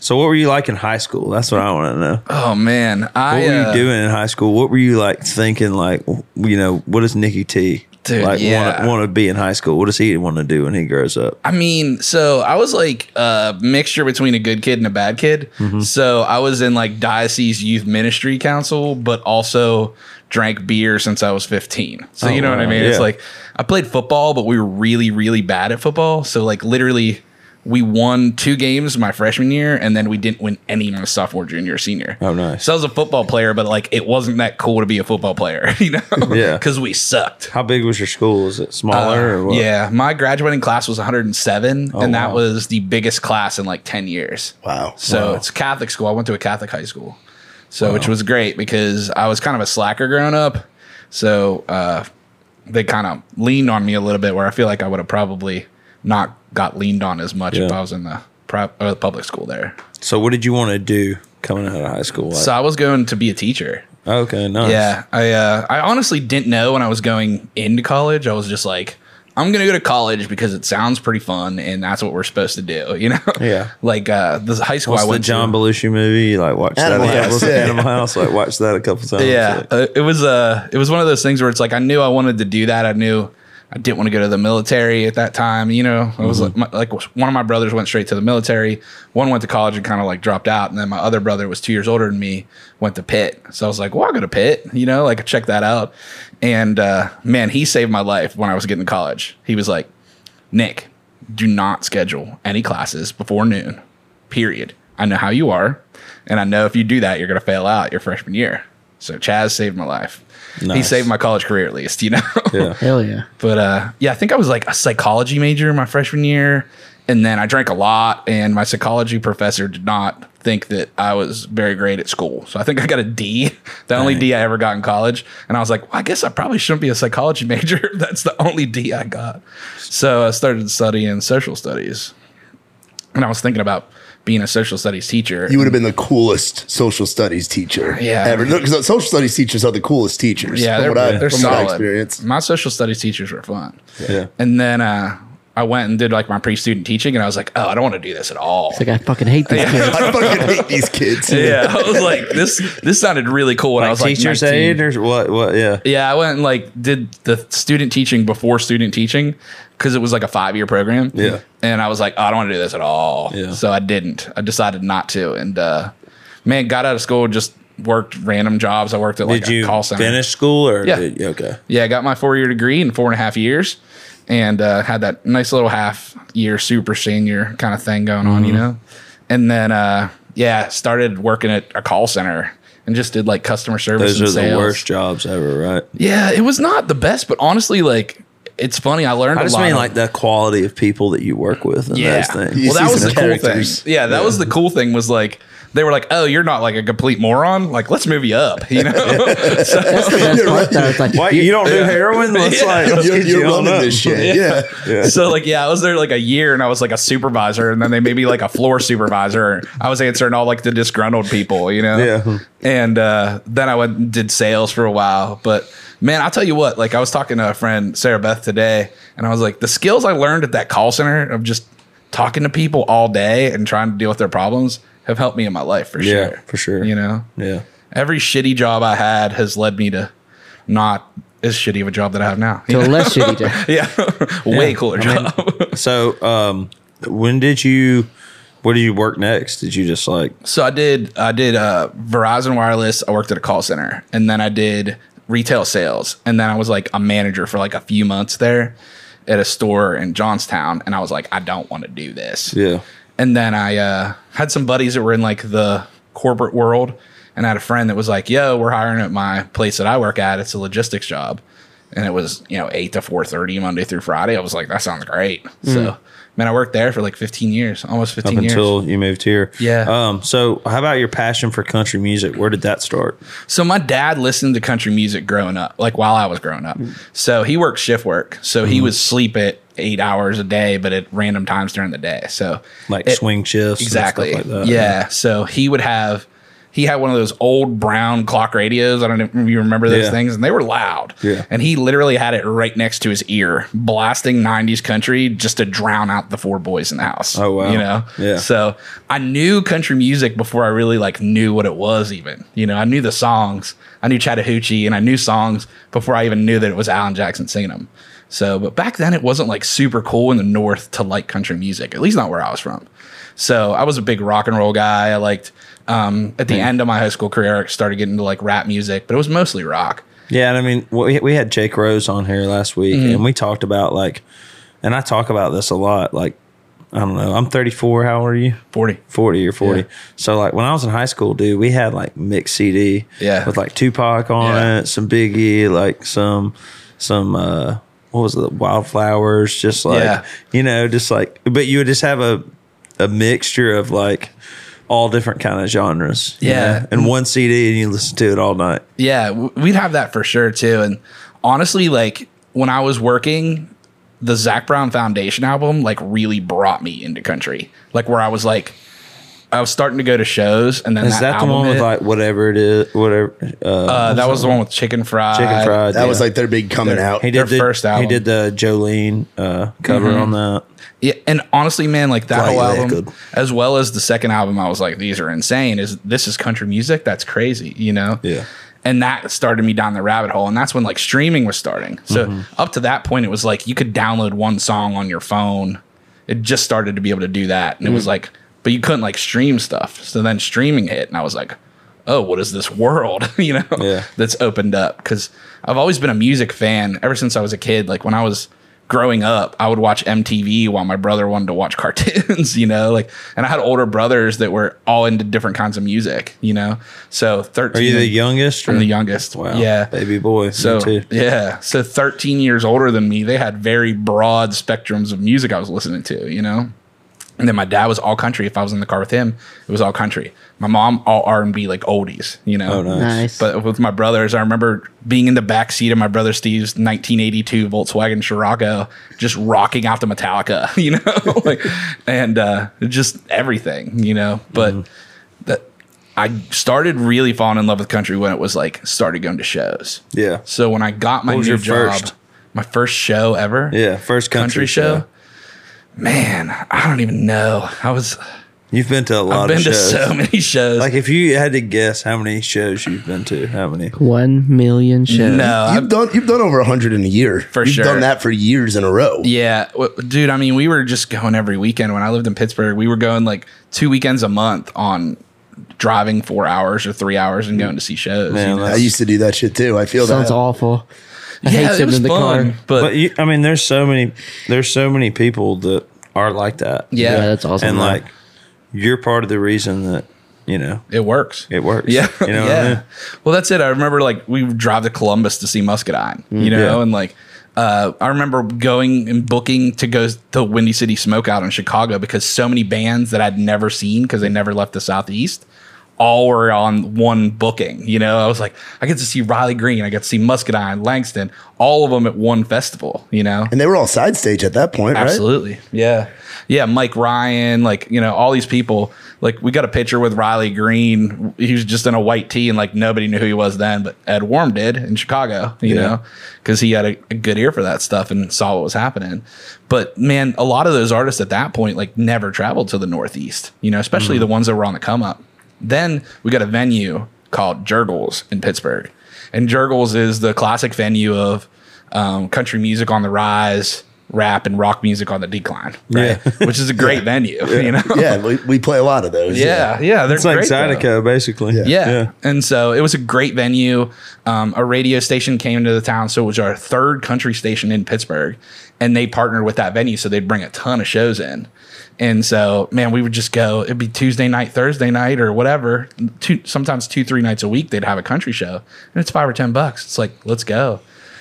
So what were you like in high school? That's what I want to know. oh man, I What were uh, you doing in high school? What were you like thinking? Like, w- you know, what does Nikki T Dude, like yeah. want to be in high school? What does he want to do when he grows up? I mean, so I was like a mixture between a good kid and a bad kid. Mm-hmm. So I was in like diocese youth ministry council, but also drank beer since I was 15. So you know what I Oh, wow. mean? It's Yeah. like I played football, but we were really, really bad at football. So like literally we won two games my freshman year and then we didn't win any my sophomore, junior, senior. Oh, nice. So I was a football player, but like it wasn't that cool to be a football player, [LAUGHS] you know? Yeah. Because we sucked. How big was your school? Is it [SIGHS] smaller or what? Uh, Yeah, my graduating class was 107, and that wow. was the biggest class in like 10 years. Wow. So it's Catholic school. I went to a Catholic high school, so which was great because I was kind of a slacker growing up. So uh, they kind of leaned on me a little bit, where I feel like I would have probably not got leaned on as much if Yeah. I was in the pri- or the public school there. So what did you want to do coming out of high school? Like, So I was going to be a teacher. okay, nice. Yeah, I uh, I honestly didn't know when I was going into college. I was just like, I'm gonna go to college because it sounds pretty fun, and that's what we're supposed to do. [LAUGHS] You know? Yeah. like uh, the high school What's I the went John to. Belushi movie? You, like watched Animal that a House, couple yeah. Animal House. Like watched that a couple times. yeah, Like, uh, it was uh, it was one of those things where it's like I knew I wanted to do that. I knew I didn't want to go to the military at that time. You know, I was like, my, like one of my brothers went straight to the military. One went to college and kind of like dropped out, and then my other brother was two years older than me, went to Pitt. So I was like, well, I'll go to Pitt. You know, like check that out. And uh, man, he saved my life when I was getting to college. He was like, Nick, do not schedule any classes before noon. Period. I know how you are, and I know if you do that, you're gonna fail out your freshman year. So Chaz saved my life. He Nice. saved my college career at least, you know. yeah. Hell yeah. but uh, yeah, I think I was like a psychology major my freshman year, and then I drank a lot, and my psychology professor did not think that I was very great at school. So I think I got a D, [LAUGHS] the only D I ever got in college, and I was like, well, I guess I probably shouldn't be a psychology [LAUGHS] major. if That's the only D I got. So I started studying social studies. and I was thinking about being a social studies teacher. You would have been the coolest social studies teacher Yeah. ever. Because social studies teachers are the coolest teachers. yeah, from they're, what I- they're from solid. my experience. My social studies teachers were fun. Yeah. And then uh, I went and did like my pre-student teaching, and I was like, oh, I don't want to do this at all. [LAUGHS] Like I fucking hate these kids. I fucking hate these kids. [LAUGHS] yeah, I was like, this this sounded really cool when I was like teacher's 19. aid or what? What? Yeah. Yeah, I went and like did the student teaching before student teaching because it was like a five year program. Yeah. And I was like, oh, I don't want to do this at all. Yeah. So I didn't. I decided not to. And uh, man, got out of school, just worked random jobs. I worked at like Did a you call center. finish school or? Yeah. Did, okay. Yeah, I got my four year degree in four and a half years and uh, had that nice little half year super senior kind of thing going on, you Mm-hmm. know? And then, uh, yeah, started working at a call center and just did like customer service. Those and are the sales. worst jobs ever, right? Yeah, it was not the best, but honestly, like, it's funny. I learned I just a lot. mean of- like the quality of people that you work with and yeah. those things. You Well, that see was some the cool thing. characters. Yeah, that was the cool thing was like, they were like, oh, you're not like a complete moron. Like, let's move you up, [LAUGHS] you know? so, That's what I thought. [LAUGHS] It's like, Why you don't do heroin? Let's like let's You're, get you're you on running up. this shit. Yeah. [LAUGHS] so like yeah i was there like a year and i was like a supervisor and then they made me like a floor supervisor i was answering all like the disgruntled people you know Yeah. and uh then i went and did sales for a while but man i'll tell you what like i was talking to a friend sarah beth today and i was like the skills i learned at that call center of just talking to people all day and trying to deal with their problems have helped me in my life for Yeah, sure for sure. you know Yeah. every shitty job i had has led me to not as shitty of a job that i have now to a less shitty [LAUGHS] job. yeah way cooler job So, um, when did you? Where did you work next? Did you just like? So I did I did uh, Verizon Wireless. I worked at a call center, and then I did retail sales, and then I was like a manager for like a few months there at a store in Johnstown, and I was like, I don't want to do this. Yeah. And then I uh, had some buddies that were in like the corporate world, and I had a friend that was like, "Yo, we're hiring at my place that I work at. It's a logistics job." And it was you know eight to four thirty Monday through Friday. I was like, "That sounds great." So man, I worked there for like fifteen years, almost Mm. Up fifteen years. until you moved here. Yeah. Um. So, how about your passion for country music? Where did that start? So my dad listened to country music growing up, like while I was growing Mm. up. So he worked shift work. So Mm-hmm. he would sleep at eight hours a day, but at random times during the day. So Like it- swing shifts, and exactly. stuff like that. yeah. So he would have he had one of those old brown clock radios. I don't know if you remember those Yeah. things, and they were loud. Yeah. And he literally had it right next to his ear, blasting '90s country just to drown out the four boys in the house. Oh, wow. You know. Yeah. So I knew country music before I really like knew what it was. Even you know, I knew the songs. I knew Chattahoochee, and I knew songs before I even knew that it was Alan Jackson singing them. So, but back then it wasn't like super cool in the North to like country music, at least not where I was from. So I was a big rock and roll guy. I liked um, at the end of my high school career, I started getting into like rap music, but it was mostly rock. Yeah, and I mean, we we had Jake Rose on here last week, and we talked about like, and I talk about this a lot. Like, I don't know, I'm 34. How old are you? Forty. 40 or 40. So, like, when I was in high school, dude, we had like mixed CD Yeah. with like Tupac on Yeah. it, some Biggie, like some, some, uh, what was it, Wildflowers, just like, Yeah. you know, just like, but you would just have a, a mixture of like all different kind of genres. you Yeah. know, And one CD and you listen to it all night. Yeah, w- we'd have that for sure too. And honestly, like when I was working, the Zach Brown Foundation album like really brought me into country. Like where I was like, I was starting to go to shows, and then Is that, the album one with hit. like whatever it is, whatever, uh, uh, that was the one with Chicken Fried. chicken fried? That was yeah. like their big coming out. he did their the, first He album. Mm-hmm. did the Jolene uh, cover on that. Yeah, and honestly, man, like that Flight whole album, Record. as well as the second album, I was like, these are insane. Is this is country music? That's crazy, you know? Yeah. And that started me down the rabbit hole, and that's when like streaming was starting. So Mm-hmm. up to that point, it was like you could download one song on your phone. It just started to be able to do that, and it was Mm-hmm. like, but you couldn't like stream stuff. So then streaming hit, and I was like, oh, what is this world? [LAUGHS] you know? Yeah. that's opened up because I've always been a music fan ever since I was a kid. Like when I was growing up, I would watch MTV while my brother wanted to watch [LAUGHS] cartoons, you know, like, and I had older brothers that were all into different kinds of music, you know? So 13. Are you the youngest? Or? I'm the youngest. Wow. Yeah. Baby boy. So So too. yeah, so 13 years older than me, they had very broad spectrums of music I was listening to, you know. And then my dad was all country. If I was in the car with him, it was all country. My mom all R and B like oldies, you Oh, know. Nice. But with my brothers, I remember being in the back seat of my brother Steve's 1982 Volkswagen Scirocco, just rocking out to Metallica, [LAUGHS] you know, like, and uh, just everything, you know. But Mm-hmm. that I started really falling in love with country when it was like started going to shows. Yeah. So when I got my What was new your job, first? my first show ever, Yeah, first country country, show. Man, I don't even know. I was You've been to a lot I've been of to shows. so [LAUGHS] many shows. [LAUGHS] like if you had to guess how many shows you've been to, how many? One million shows. no, I've- You've done you've done over hundred in a year. For you've sure. done that for years in a row. Yeah, w- dude. I mean, we were just going every weekend when I lived in Pittsburgh. We were going like two weekends a month on driving four hours or three hours and going to see shows. Man, you know? that's- I used to do that shit too. I feel Sounds that. awful. yeah, I hate it sitting was in the fun, car. but, But you, I mean, there's so many, there's so many people that are like that. yeah, Yeah, that's awesome. and though. like you're part of the reason that you know it works. it works. Yeah, you know. yeah. What I mean? Well, that's it. I remember like we would drive to Columbus to see Muscadine, you know, Yeah. and like uh, I remember going and booking to go to Windy City Smokeout in Chicago because so many bands that I'd never seen because they never left the Southeast all were on one booking. You know, I was like, I get to see Riley Green, I get to see Muscadine, Langston, all of them at one festival. You know, And they were all side stage at that point, right? Absolutely. Yeah. Yeah. Mike Ryan, like, you know, all these people. Like, we got a picture with Riley Green. He was just in a white tee and, like, nobody knew who he was then, but Ed Warm did in Chicago, you know, because he had a, a good ear for that stuff and saw what was happening. But man, a lot of those artists at that point, like, never traveled to the Northeast, you know, especially the ones that were on the come up. Then we got a venue called Jurgles in Pittsburgh. And Jurgles is the classic venue of um, country music on the rise, rap and rock music on the decline, right? Which is a great venue, you know? [LAUGHS] Yeah, we, we play a lot of those. [LAUGHS] Yeah, yeah, they're It's like great, though. Zydeco, basically. Yeah. And so it was a great venue. Um, a radio station came to the town. So it was our third country station in Pittsburgh. And they partnered with that venue. So they'd bring a ton of shows in. And so, man, we would just go, it'd be Tuesday night, Thursday night, or whatever. Two, sometimes two, three nights a week, they'd have a country show. And it's five or 10 bucks. It's like, let's go.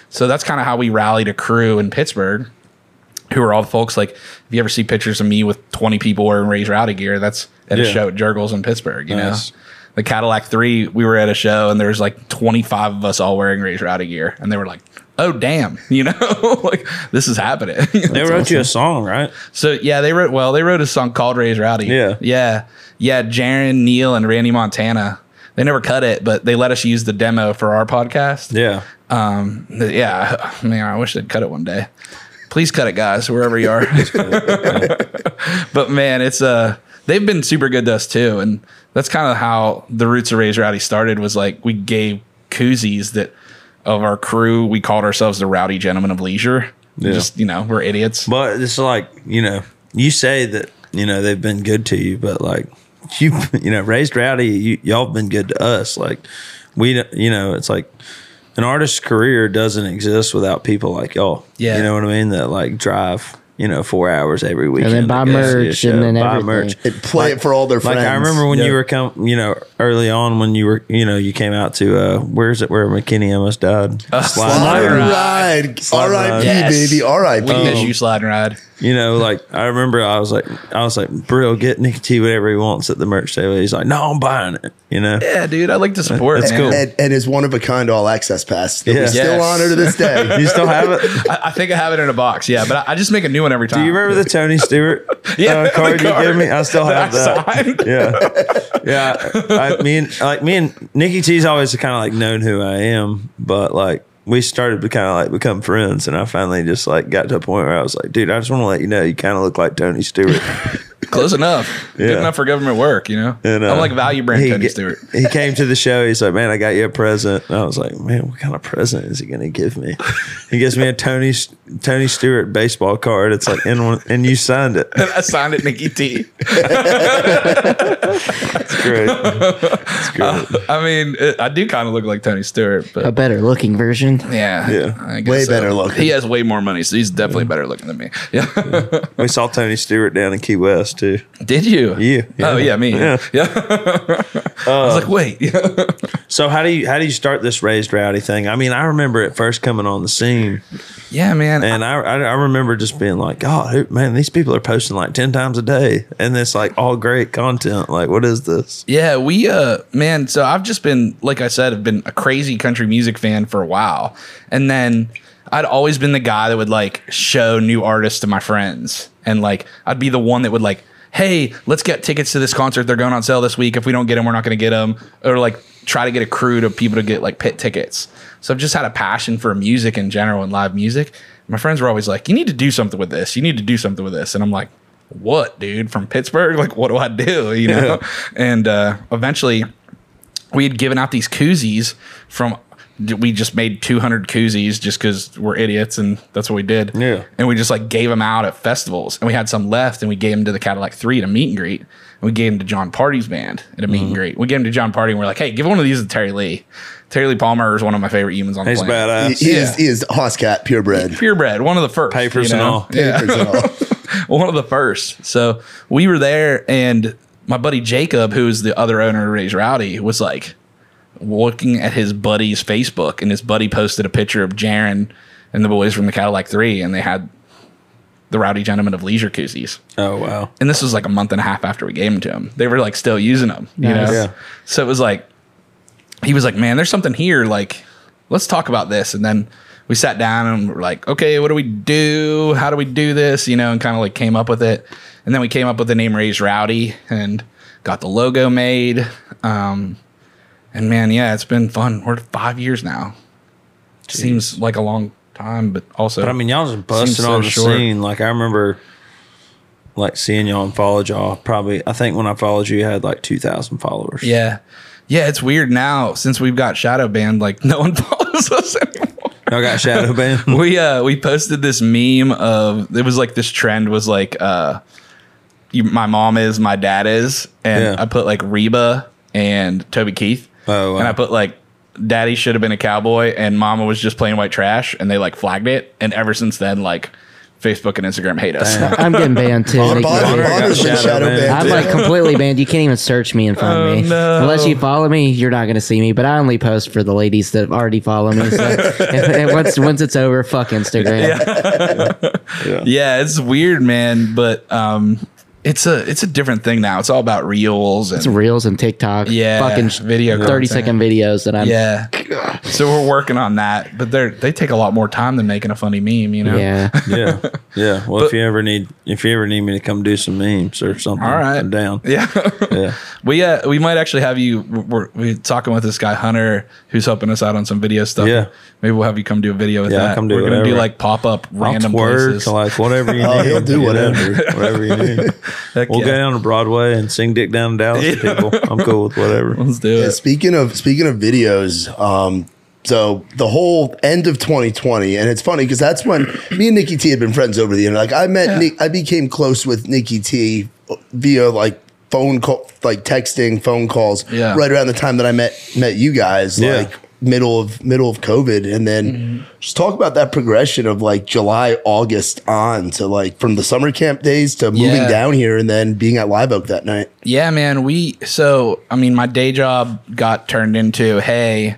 So that's kind of how we rallied a crew in Pittsburgh who are all the folks like if you ever see pictures of me with 20 people wearing Razor Out of gear, that's at a Yeah. show at Jurgles in Pittsburgh, you Nice. know. The Cadillac 3, we were at a show and there was like 25 of us all wearing Razor Out of gear and they were like, "Oh damn," [LAUGHS] you know, like this is happening. [LAUGHS] They wrote you a song, right? so yeah, they wrote well, they wrote a song called Razor Rowdy. Yeah. Yeah. Yeah, Jaron Neal and Randy Montana. They never cut it, but they let us use the demo for our podcast. Yeah. Um, th- yeah, [LAUGHS] man, I wish they'd cut it one day. Please cut it, guys, wherever you are. [LAUGHS] but man, it's uh they've been super good to us too, and that's kind of how the roots of Razor Rowdy started. Was like we gave koozies that of our crew. We called ourselves the Rowdy Gentlemen of Leisure. Yeah. Just you know, we're idiots. But it's like you know, you say that you know they've been good to you, but like [LAUGHS] you, you know, raised rowdy, you, y'all have been good to us. Like we, don't- you know, it's like an artist's career doesn't exist without people like y'all. Yeah. you know what I mean. That like drive, you know, four hours every week, buy merch and then everything. They play it for all their friends. Like I remember when Yeah. you were come, you know, early on when you were, you know, you came out to uh, where's it where McKinney almost died, Slide Slide River. Ride. Slide Ride. R.I.P. Yes. baby. We miss R.I.P. you, slide and ride. You know, like I remember, I was like, I was like, Brill, get Nicky T whatever he wants at the merch table. He's like, No, I'm buying it. You know, Yeah, dude, I like to support. That's man. cool. And, and is one of a kind all access pass that we Yeah. still Yes. honor to [LAUGHS] this day. you still have it. I, I think I have it in a box. Yeah, but I, I just make a new one every time. Do [LAUGHS] you remember the Tony Stewart Yeah, uh, the card you card gave me? I still have that that. I signed. Yeah, yeah. I, me and like me and Nikki T's always kind of like known who I am, but like we started to kind of like become friends, and I finally just like got to a point where I was like, dude, I just want to let you know you kind of look like Tony Stewart. Close enough. Good Yeah. enough for government work, you know? And, uh, I'm like value brand he Tony ge- Stewart. [LAUGHS] He came to the show. He's like, "Man, I got you a present." And I was like, "Man, what kind of present is he going to give me?" He gives me a Tony Tony Stewart baseball card. It's like, and one- and you signed it. I signed it Nikki T. It's great. It's great. I mean, it, I do kind of look like Tony Stewart, A but better looking version. yeah. Yeah. I Way better [LAUGHS] looking. He has way more money, so he's definitely better looking than me. Yeah. We saw Tony Stewart down in Key West. too. Did you? You, Oh yeah. yeah, me. Yeah. Uh, Yeah. [LAUGHS] I was like, wait. [LAUGHS] So how do you how do you start this raised rowdy thing? I mean, I remember it first coming on the scene, yeah, man. and I I, I remember just being like, God, who, man, these people are posting like ten times a day, and it's like all great content. Like, what is this? Yeah, we uh man, so I've just been like I said, I've been a crazy country music fan for a while. And then I'd always been the guy that would like show new artists to my friends. And like I'd be the one that would like, "Hey, let's get tickets to this concert. They're going on sale this week. If we don't get them, we're not going to get them." Or like try to get a crew to people to get like pit tickets. So I've just had a passion for music in general and live music. My friends were always like, "You need to do something with this. You need to do something with this." And I'm like, what dude from pittsburgh like what do i do [LAUGHS] you know and uh eventually we had given out these koozies from we just made 200 koozies just because we're idiots and that's what we did Yeah. and we just like gave them out at festivals and we had some left and we gave them to the cadillac 3 to meet and greet and we gave them to john party's band at a meet Mm-hmm. and greet we gave them to john party and we're like hey give one of these to terry lee terry lee palmer is one of my favorite humans on the He's planet He, badass. he is he is Hoscat purebred. purebred one of the first Papers and all. Papers and all. [LAUGHS] one of the first. So we were there, and my buddy Jacob, who is the other owner of Raise Rowdy, was like looking at his buddy's Facebook, and his buddy posted a picture of Jaron and the boys from the Cadillac Three, and they had the Rowdy Gentlemen of Leisure koozies. Oh wow. And this was like a month and a half after we gave them to him. They were like still using them, you Nice. know. Yeah. So it was like he was like, "Man, there's something here. Like, let's talk about this." And then we sat down and we're like, "Okay, what do we do? How do we do this?" You know, and kind of like came up with it. And then we came up with the name Raised Rowdy and got the logo made. Um, and man, yeah, it's been fun. We're five years now. Seems like a long time, but also, But I mean, y'all just busting so on the short. scene. Like I remember, like seeing y'all and followed y'all. Probably, I think when I followed you, you had like two thousand followers. Yeah. Yeah, it's weird now since we've got shadow banned, like no one [LAUGHS] follows us anymore. y'all got [LAUGHS] shadow banned. We uh we posted this meme of it was like this trend was like uh you, my mom is, my dad is, and Yeah. I put like Reba and Toby Keith. Oh, wow. and I put like Daddy should have been a cowboy and mama was just plain white trash and they like flagged it and ever since then like Facebook and Instagram hate us. I'm getting [LAUGHS] banned too. They Bond- can't- Bonner got Bond has been shadow shadow banned. banned, I'm too. like completely banned. You can't even search me and find me. no. Unless you follow me, you're not going to see me. But I only post for the ladies that already follow me. So [LAUGHS] and, and once once it's over, fuck Instagram. [LAUGHS] yeah, it's weird, man, but um it's a it's a different thing now. It's all about reels and It's reels and TikTok. Yeah, fucking sh- video thirty content. second videos that I'm. Yeah. So we're working on that, but they they take a lot more time than making a funny meme, you know. yeah. [LAUGHS] yeah, yeah. Well, if you ever need, if you ever need me to come do some memes or something, All right. I'm down. [LAUGHS] Yeah. Yeah. we uh, we might actually have you we're, we're talking with this guy Hunter who's helping us out on some video stuff. Yeah. Maybe we'll have you come do a video with Yeah, I'll that. come do we're going to do whatever. like pop-up random I'll twerk, places. like whatever [LAUGHS] you need. Oh, he'll do you know, whatever. whatever you need. Heck We'll yeah. go down to Broadway and sing "Dick Down in Dallas" to people. I'm cool [LAUGHS] with whatever. Let's do Yeah, it. speaking of speaking of videos, um, so the whole end of 2020, and it's funny because that's when me and Nikki T had been friends over the internet. Like I met, Nick, I became close with Nikki T uh, via like phone call, like texting, phone calls. Yeah. Right around the time that I met met you guys, Yeah. like middle of middle of COVID, and then Mm-hmm. just talk about that progression of like July, August on to like from the summer camp days to moving Yeah. down here and then being at Live Oak that night. Yeah, man. We so I mean, my day job got turned into hey,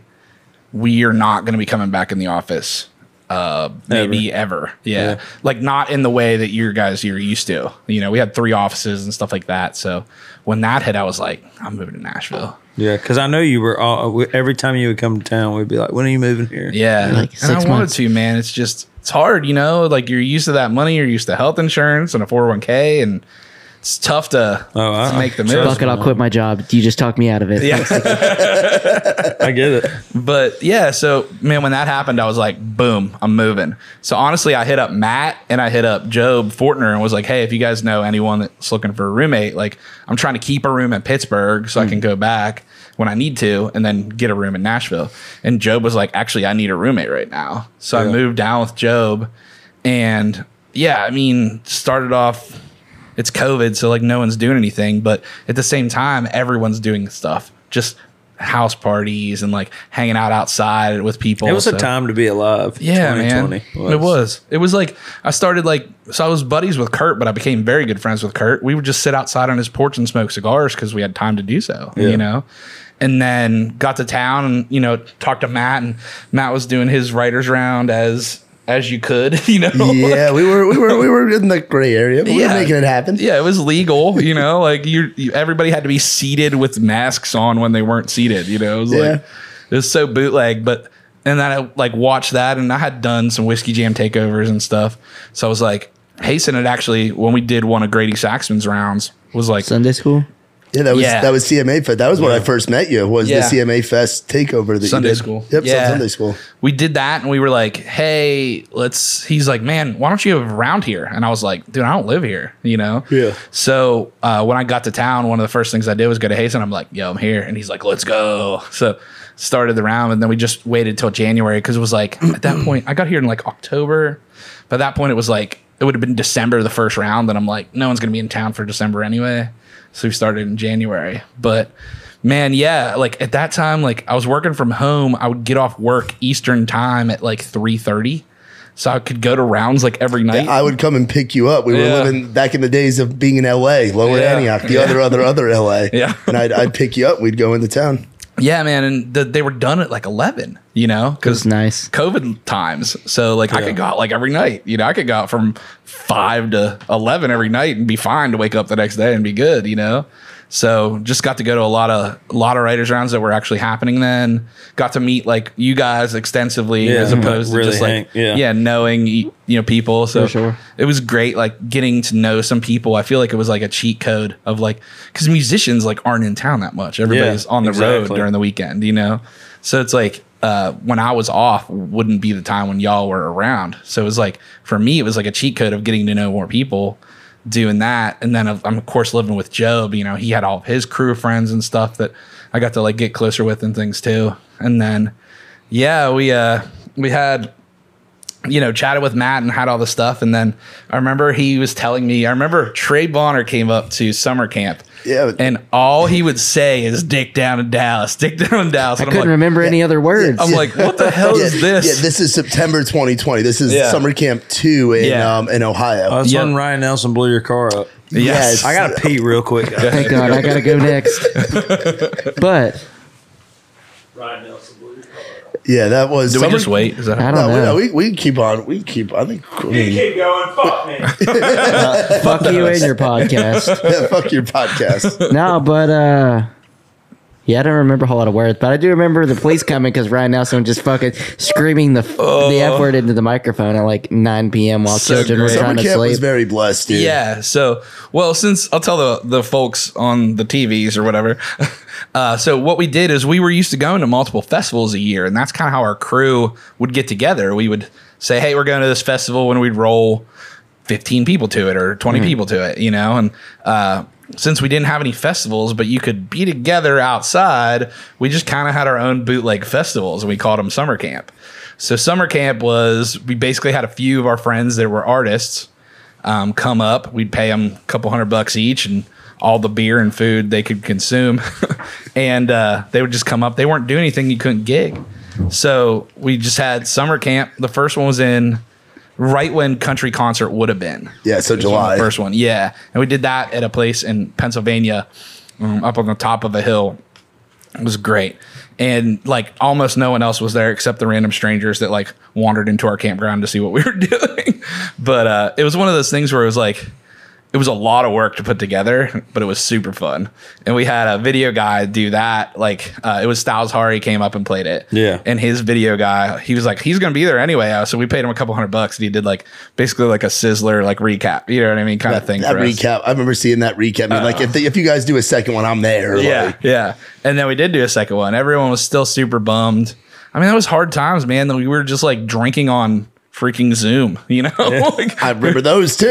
we are not going to be coming back in the office, uh, maybe ever. Yeah. like not in the way that your guys you're used to. You know, we had three offices and stuff like that. So when that hit, I was like, I'm moving to Nashville. Yeah, because I know you were all. Every time you would come to town, we'd be like, "When are you moving here?" Yeah, Like and I six wanted months. to, man. It's just it's hard, you know. Like you're used to that money, you're used to health insurance and a 401k, and it's tough to, Oh, I- to make the move. trust Fuck it, I'll quit my job. You just talk me out of it. Yeah. I get it. But yeah, so man, when that happened, I was like, boom, I'm moving. So honestly, I hit up Matt and I hit up Job Fortner and was like, hey, if you guys know anyone that's looking for a roommate, like I'm trying to keep a room in Pittsburgh so I can go back when I need to and then get a room in Nashville. And Job was like, actually, I need a roommate right now. So I moved down with Job and yeah, I mean, started off it's COVID, so like no one's doing anything. But at the same time, everyone's doing stuff. Just house parties and like hanging out outside with people. It was so- a time to be alive. Yeah, 2020 man. It was. It was like I started like so I was buddies with Kurt, but I became very good friends with Kurt. We would just sit outside on his porch and smoke cigars because we had time to do so. Yeah. You know. And then got to town and you know talked to Matt and Matt was doing his writers round as as you could [LAUGHS] you know yeah, we were we were we were in the gray area. We Yeah. were making it happen. Yeah, it was legal, you know. [LAUGHS] Like you, you, everybody had to be seated with masks on when they weren't seated. You know, it was Yeah. like it was so bootleg. But and then I like watched that, and I had done some whiskey jam takeovers and stuff. So I was like, Hasten had actually when we did one of Grady Saxman's rounds was like, Sunday school. Yeah, that was Yeah. that was CMA Fest. That was when I first met you. Was Yeah. the CMA Fest takeover that you Sunday did. school. Yep, Yeah. Sunday school. we did that and we were like, hey, let's. He's like, man, why don't you have a round here? And I was like, dude, I don't live here, you know? Yeah. So uh, when I got to town, one of the first things I did was go to Hazen. I'm like, yo, I'm here. And he's like, let's go. So started the round and then we just waited till January because it was like, at that point, I got here in like October. By that point, it was like, it would have been December, the first round. And I'm like, no one's going to be in town for December anyway. So we started in January. But man, yeah, like at that time, like I was working from home. I would get off work Eastern time at like 3.30. So I could go to rounds like every night. I would come and pick you up. We were Yeah. living back in the days of being in LA, Lower Yeah. Antioch, the other other other LA. [LAUGHS] Yeah. and I'd, I'd pick you up. We'd go into town. Yeah, man, and the, they were done at like eleven, you know, because It's nice. COVID times. So like I could go out like every night, you know, I could go out from five to eleven every night and be fine to wake up the next day and be good, you know. So just got to go to a lot of a lot of writers rounds that were actually happening then. Got to meet like you guys extensively Yeah, as [LAUGHS] opposed really to just like hang- yeah. yeah, knowing you know people. So sure. it was great, like getting to know some people. I feel like it was like a cheat code of like because musicians like aren't in town that much. Everybody's on the road exactly. during the weekend, you know. So it's like uh, when I was off wouldn't be the time when y'all were around. So it was like for me, it was like a cheat code of getting to know more people, doing that, and then of- I'm of course living with Job. You know, he had all of his crew of friends and stuff that I got to like get closer with and things too. And then yeah, we uh we had you know, chatted with Matt and had all the stuff. And then I remember he was telling me, I remember Trey Bonner came up to summer camp. Yeah, but- And all he would say is dick down in Dallas, dick down in Dallas. And I am Couldn't like, remember any other words. I'm like, what the hell is this? Yeah, this is September 2020. This is Yeah. summer camp two in Yeah. um, in Ohio. That's Yeah. when Uh, Ryan Nelson blew your car up. yes. yes. I gotta pee real quick. guys. Thank God, I gotta [LAUGHS] go next. but yeah, that was. Do we summer- just wait? Oh, Is that I No, don't we- know. no, we, we keep on. We keep. [LAUGHS] I think. I mean, going, [LAUGHS] fuck me. Fuck you and your podcast. yeah, fuck your podcast. No, but uh, yeah, I don't remember a whole lot of words, but I do remember the police coming because Ryan Nelson was just fucking screaming the f the f word into the microphone at like 9 p.m. while So children great. were summer trying to camp was sleep. very blessed, dude. Yeah. So, well, since I'll tell the the folks on the TVs or whatever. [LAUGHS] Uh, so what we did is we were used to going to multiple festivals a year, and that's kind of how our crew would get together. We would say, "Hey, we're going to this festival," when we'd roll fifteen people to it or 20 people to it, you know. And uh, since we didn't have any festivals, but you could be together outside, we just kind of had our own bootleg festivals, and we called them summer camp. So summer camp was we basically had a few of our friends that were artists um, come up. We'd pay them a couple hundred bucks each and all the beer and food they could consume. [LAUGHS] and uh, they would just come up. They weren't doing anything. You couldn't gig. So we just had summer camp. The first one was in right when country concert would have been. Yeah, so It was one of July. The first one. Yeah. And we did that at a place in Pennsylvania um, up on the top of a hill. It was great. And like almost no one else was there except the random strangers that like wandered into our campground to see what we were [LAUGHS] doing. but uh, it was one of those things where it was like, it was a lot of work to put together, but it was super fun. And we had a video guy do that. Like uh, it was Styles Hari came up and played it. Yeah. And his video guy, he was like, he's gonna be there anyway. Uh, So we paid him a couple hundred bucks, and he did like basically like a Sizzler like recap. You know what I mean? Kind of thing. That for us. Uh-huh. recap. I remember seeing that recap. I mean, like if, they, if you guys do a second one, I'm there. Yeah, Like, yeah. And then we did do a second one. Everyone was still super bummed. I mean, that was hard times, man. That we were just like drinking on freaking Zoom. [LAUGHS] You know, like I remember those too.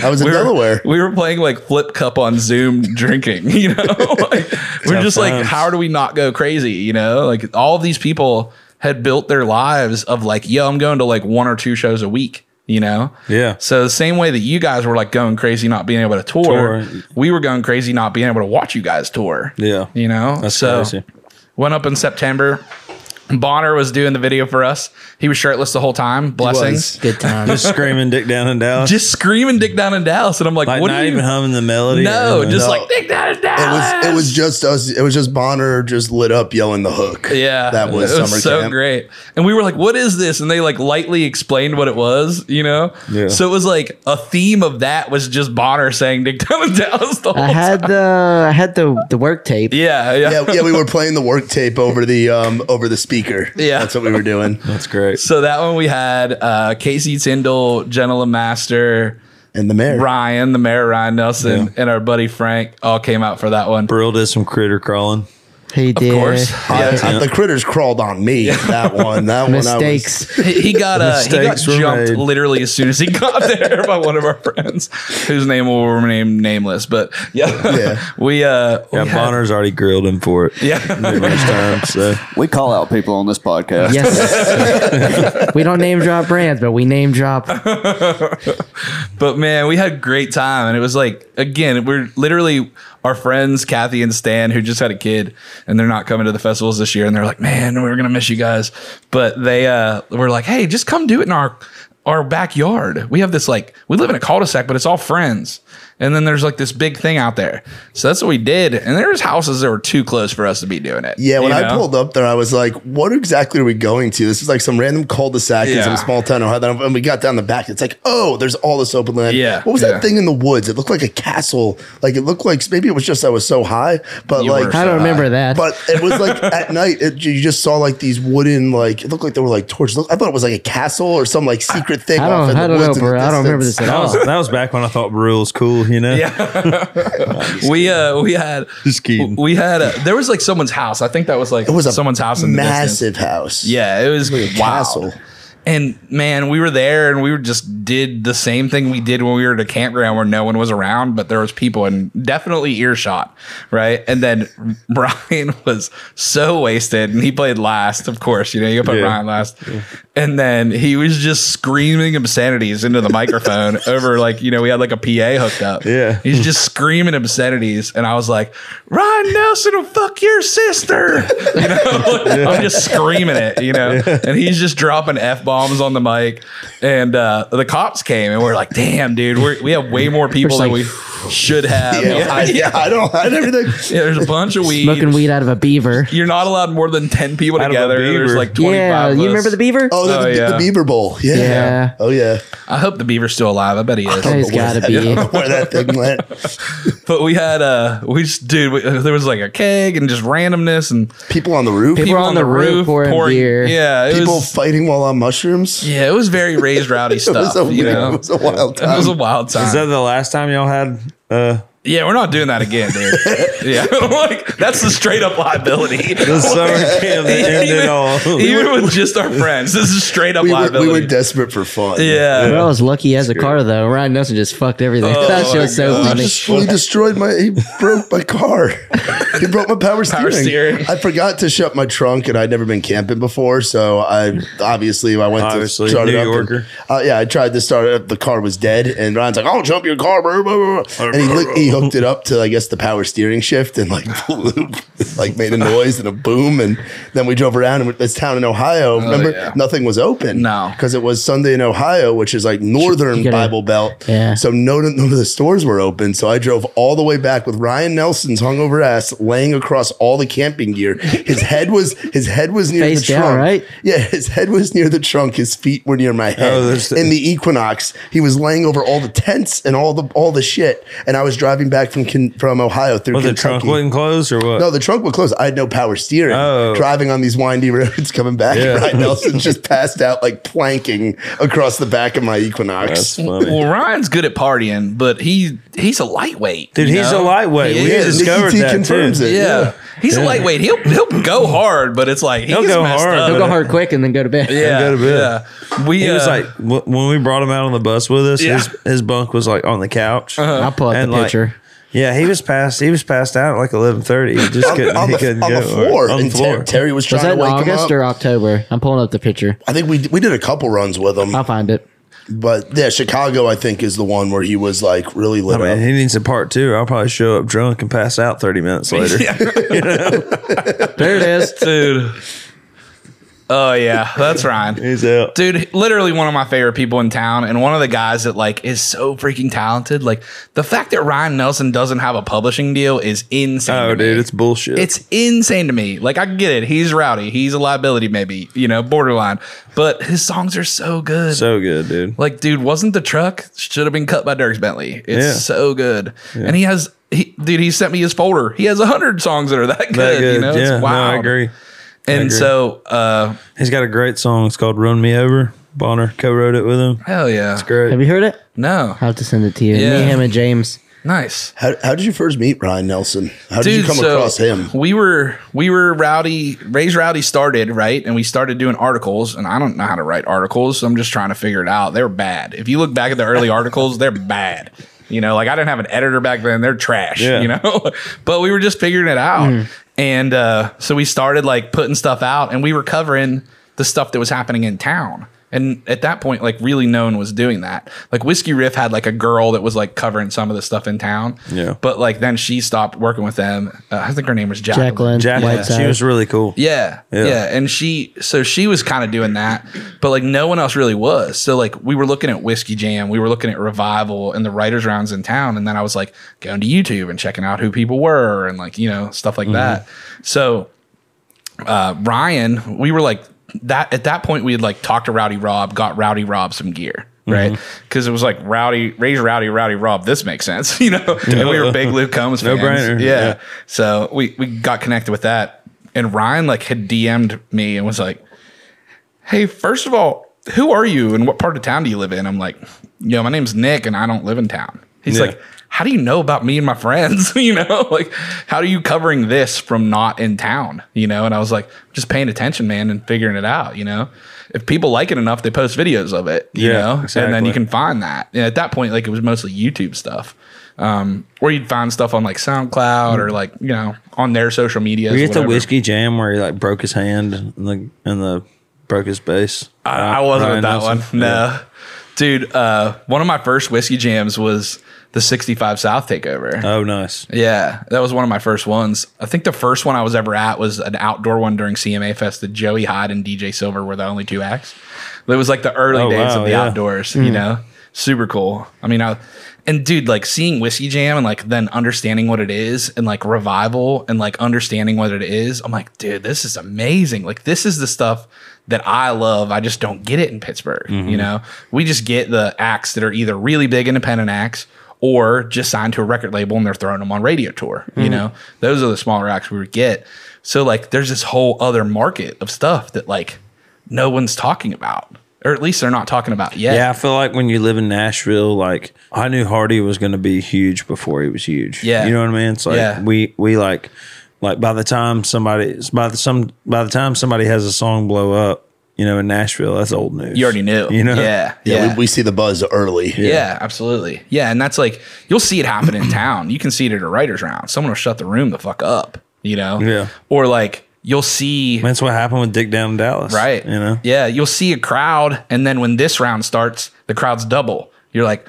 I was in we were- Delaware. We were playing like flip cup on Zoom [LAUGHS] drinking, you know? Like, we we're just like, times. how do we not go crazy? You know, like all of these people had built their lives of like, yo, I'm going to like one or two shows a week, you know? [LAUGHS] Yeah. So the same way that you guys were like going crazy not being able to tour, Tour. we were going crazy not being able to watch [LAUGHS] you guys tour. Yeah. You know? That's so crazy. Went up in September. Bonner was doing the video for us. He was shirtless the whole time. Blessings. Good time. Just screaming dick down in Dallas. uh, Just screaming Dick Down in Dallas. And I'm like, like what not are you? even humming the melody. no, just No. like Dick Down in It Dallas. was it was just us. It was just Bonner just lit up yelling the hook. Yeah, that was it summer was so camp. great. And we were like, "What is this?" And they like lightly explained what it was, you know. Yeah. So it was like a theme of that was just Bonner saying Dick Down in Dallas the whole I had time. the I had the the work tape. Yeah, yeah, Yeah, yeah, we were playing the work tape over the um over the speaker. Yeah. that's what we were doing. that's [LAUGHS] great. So that one we had uh, Casey Tyndall, Gentleman Master, And the mayor, Ryan, the mayor Ryan Nelson, and our buddy Frank all came out for that one. Brill did some critter crawling. He did. course. I- Yeah. I- the critters crawled on me. That one, that one, I was, Mistakes. He he got uh, he got Mistakes were jumped made. literally as soon as he got [LAUGHS] there by one of our friends, whose name will remain nameless. But yeah, Yeah. [LAUGHS] we uh, Yeah, we had- Bonner's already grilled him for it. [LAUGHS] yeah. [LAUGHS] Numerous times. [LAUGHS] So We call out people on this podcast. Yes. we don't name drop brands, but we name drop. But man, we had a great time, and it was like again, we're literally our friends Kathy and Stan, who just had a kid, and they're not coming to the festivals this year, and they're like, man, we were gonna miss you guys, but they uh, were like, hey, just come do it in our our backyard. We have this like we live in a cul-de-sac, but it's all friends, and then there's like this big thing out there, so that's what we did, and there's houses that were too close for us to be doing it. yeah, when you I know? pulled up there, I was like, "What exactly are we going to?" This is like some random cul-de-sac in Yeah. some small town, Ohio. Then when we got down the back, it's like, "Oh, there's all this open land." Yeah, what was yeah. that thing in the woods? It looked like a castle. Like it looked like maybe it was just I was so high, but You like were I don't remember that. But it was [LAUGHS] like at night, it, you just saw like these wooden, like it looked like they were like torches. Look, I thought it was like a castle or some like secret thing. I off don't. in the I don't know, woods in the bro. I don't remember distance. this at that was all. that was back when I thought Brill was cool. You know, Yeah, we uh we had Just kidding. we had a, there was like someone's house. I think that was like It was a someone's house in the distance. massive house. Yeah, it was Like a wild. castle. And man, we were there and we were just did the same thing we did when we were at a campground where no one was around, but there was people and definitely earshot, right? And then [LAUGHS] Ryan was so wasted and he played last, of course. You know, you gotta put Yeah. Ryan last. And then he was just screaming obscenities into the microphone [LAUGHS] over like, you know, we had like a PA hooked up. Yeah. He's just screaming obscenities. And I was like, Ryan Nelson will fuck your sister. [LAUGHS] You know, I'm just screaming it, you know. And he's just dropping F bombs on the mic. And uh, the cops came and we're like, damn, dude, we're, we have way more people than like- we should [LAUGHS] have. Yeah, [LAUGHS] I, [LAUGHS] yeah, I don't hide everything. [LAUGHS] Yeah, there's a bunch of weed. Smoking weed out of a beaver. You're not allowed more than 10 people Out of a together. There's beaver. like 25. Yeah, of you us. remember the beaver? Oh, the, Oh, the- yeah. the Beaver Bowl. Yeah. Yeah. Oh yeah. I hope the beaver's still alive. I bet he is. I don't He's know where gotta that- be. I don't know [LAUGHS] where that thing went. But we had uh we just dude we, [LAUGHS] there was like a keg and just randomness and People on the roof. People- People, were on the roof pouring beer. Yeah, it was fighting while on mushrooms. yeah, it was very raised [LAUGHS] rowdy [LAUGHS] It was stuff. a you weird- know, [LAUGHS] it was a wild it was a time. wild Is time. that the last time y'all had? Uh, yeah, we're not doing that again, [LAUGHS] dude. yeah, [LAUGHS] like that's the straight up [LAUGHS] liability. [LAUGHS] the summer camp that ended all. Even with just our friends, this is straight up We were, we liability. were desperate for fun. yeah. Bro, I was lucky he has a car though. Ryan Nelson just fucked everything. Oh, [LAUGHS] that show's so Uh, He, funny. just, he destroyed my. He broke my car. [LAUGHS] He broke my power steering. Power steering. I forgot to shut my trunk, and I'd never been camping before, so I obviously I went Obviously, to start New it up. and- Yorker. uh, yeah, I tried to start it up. The car was dead, and Ryan's like, "I'll jump your car," bro, bro, bro." and he lit, he hooked it up to I guess the power steering shift, and like [LAUGHS] like made a noise and a boom, and then we drove around in this town in Ohio. Oh, Remember, yeah. nothing was open. No. because it was Sunday in Ohio, which is like northern gotta- Bible Belt. Yeah. So no, none of the stores were open. So I drove all the way back with Ryan Nelson's hungover ass laying across all the camping gear. His head was his head was near Face the down, trunk. right? Yeah, his head was near the trunk. His feet were near my head. Oh, there's the- In the equinox, he was laying over all the tents and all the all the shit. And I was driving back from Ken, from Ohio through Was the trunk Kentucky. wasn't closed or what? no, the trunk was closed. I had no power steering. Oh. Driving on these windy roads, coming back, Yeah. [LAUGHS] Ryan Nelson just passed out like planking across the back of my Equinox. That's funny. Well, Ryan's good at partying, but he he's a lightweight. Dude, you he's know? a lightweight. He we is. Nikki discovered T that confirms too. it. Yeah. Yeah. He's a lightweight. He'll he'll go hard, but it's like he's He'll go messed hard, up. but He'll go hard quick and then go to bed. Yeah, go to bed. yeah. We He was uh, like wh- when we brought him out on the bus with us. Yeah. Uh-huh. His his bunk was like on the couch. [LAUGHS] I'll pull out And, the like, picture. Yeah, he was passed. He was passed out at like eleven thirty. He just on, couldn't. on he the, couldn't on go the floor. on the and Ter- floor. Terry was trying was to that in wake him August up. or October? I'm pulling up the picture. Oh. I think we we did a couple runs with him. I'll find it. But yeah, Chicago, I think, is the one where he was like really I lit mean, up. he needs a part two. I'll probably show up drunk and pass out 30 [LAUGHS] minutes later. [LAUGHS] There it is. dude. Oh yeah, that's Ryan. He's out. Dude, literally one of my favorite people in town, and one of the guys that like is so freaking talented. Like the fact that Ryan Nelson doesn't have a publishing deal is insane. Oh, to me. dude, it's bullshit. It's insane to me. Like I get it. He's rowdy. He's a liability, maybe you know, borderline. But his songs are so good. so good, dude. like, dude, wasn't the truck should have been cut by Dirks Bentley? It's Yeah. so good. And he has, he, dude, he sent me his folder. He has a hundred songs that are that good. That good. You know, yeah, it's no, wild. I agree. And agree. so, uh, He's got a great song. It's called Run Me Over. Bonner co wrote it with him. hell yeah, Great. Have you heard it? no, I'll have to send it to you. Yeah. Me, him, and James. nice. How, how did you first meet Ryan Nelson? How did you come across him? We were we were rowdy. Raise Rowdy started right, and we started doing articles. And I don't know how to write articles, so I'm just trying to figure it out. They're bad. If you look back at the early [LAUGHS] articles, they're bad. You know, like I didn't have an editor back then. They're trash. Yeah. You know, [LAUGHS] but we were just figuring it out. And uh, so we started like putting stuff out, and we were covering the stuff that was happening in town. And at that point, like really no one was doing that. Like Whiskey Riff had like a girl that was like covering some of the stuff in town. Yeah. But like then she stopped working with them. Uh, I think her name was Jacqueline. Jacqueline. Jacqueline, Whiteside. she was really cool. Yeah, Yeah. yeah. And she, so she was kind of doing that, but like no one else really was. So like we were looking at Whiskey Jam, we were looking at Revival and the writers' rounds in town. And then I was like going to YouTube and checking out who people were and like, you know, stuff like Mm-hmm. that. So uh, Ryan, we were like that at that point we had like talked to Rowdy Rob, got Rowdy Rob some gear, Mm-hmm. right? Because it was like Rowdy, raise Rowdy, Rowdy Rob. This makes sense, [LAUGHS] you know. and we were big Luke Combs [LAUGHS] No fans. brainer. Yeah. Yeah. So we we got connected with that, and Ryan like had DM'd me and was like, "Hey, first of all, who are you and what part of town do you live in?" I'm like, "Yo, my name's Nick and I don't live in town." He's Yeah. like. How do you know about me and my friends? [LAUGHS] you know, like how are you covering this from not in town? You know, and I was like, just paying attention, man, and figuring it out. You know, if people like it enough, they post videos of it. You Yeah, know, and then exactly. you can find that. And at that point, like it was mostly YouTube stuff, um, or you'd find stuff on like SoundCloud Mm. or like you know on their social media. Were you at the whiskey jam where he like broke his hand and the and the broke his base? I, I wasn't Ryan at that Nelson? one. No. Dude, uh, one of my first whiskey jams was the 65 South Takeover. Oh, nice. yeah, that was one of my first ones. I think the first one I was ever at was an outdoor one during CMA Fest that Joey Hyde and DJ Silver were the only two acts. It was like the early Oh, days wow, of the yeah. outdoors, you know? Super cool. I mean, I. And dude, like seeing Whiskey Jam and like then understanding what it is and like revival and like understanding what it is, I'm like, dude, this is amazing. Like, this is the stuff that I love. I just don't get it in Pittsburgh. You know, we just get the acts that are either really big independent acts or just signed to a record label and they're throwing them on radio tour. You know, those are the smaller acts we would get. So like, there's this whole other market of stuff that like no one's talking about, or at least they're not talking about yet. Yeah, I feel like when you live in Nashville, like I knew Hardy was going to be huge before he was huge. Yeah. you know what I mean. It's like Yeah. we we like like by the time somebody by the some by the time somebody has a song blow up, you know, in Nashville, that's old news. You already knew. You know. Yeah. Yeah, We, we see the buzz early. Yeah. absolutely. Yeah, and that's like you'll see it happen in town. You can see it at a writer's round. Someone will shut the room the fuck up, you know? Yeah. Or like you'll see That's what happened with Dick down in Dallas. right. You know. Yeah, you'll see a crowd and then when this round starts, the crowd's double. You're like,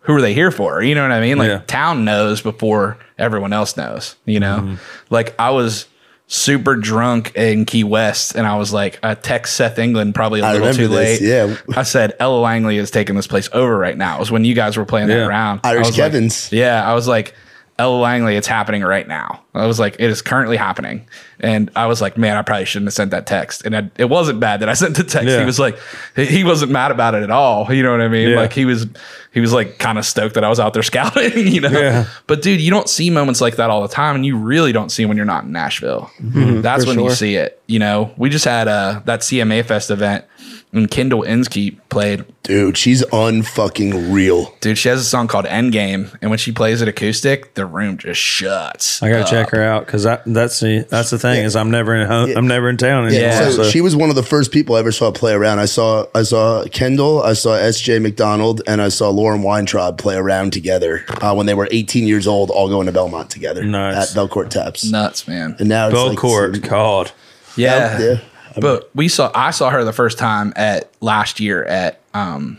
who are they here for? You know what I mean? Like Yeah. town knows before everyone else knows, you know? Mm-hmm. Like I was super drunk in Key West and I was like, I text Seth England probably a I little too remember this, late. yeah. I said Ella Langley is taking this place over right now. It was when you guys were playing Yeah. that round. I Irish was like- Kevin's. yeah, I was like, Ella Langley, it's happening right now. I was like, it is currently happening. And I was like, man, I probably shouldn't have sent that text. And I, it wasn't bad that I [LAUGHS] sent the text. Yeah. He was like, he- he wasn't mad about it at all. You know what I mean? Yeah. Like he was, he was like kind of stoked that I was out there [LAUGHS] scouting, you know? Yeah. But dude, you don't see moments like that all the time. And you really don't see when you're not in Nashville. Mm-hmm. That's when you see it. You know, we just had uh, that CMA Fest event and Kendall Inskeep played Dude, she's unfucking real. Dude, she has a song called Endgame, and when she plays it acoustic, the room just shuts. I gotta check her out because that's the that's the thing is I'm never in home, I'm never in town anymore. Yeah. So, so- she was one of the first people I ever saw play around. I saw I saw Kendall, I saw S.J. McDonald, and I saw Lauren Weintraub play around together uh, when they were 18 years old, all going to Belmont together Nice. at Belcourt Taps. Nuts, man. And now it's like- Belcourt, God. Yeah. yeah. But we saw I saw her the first time at last year at um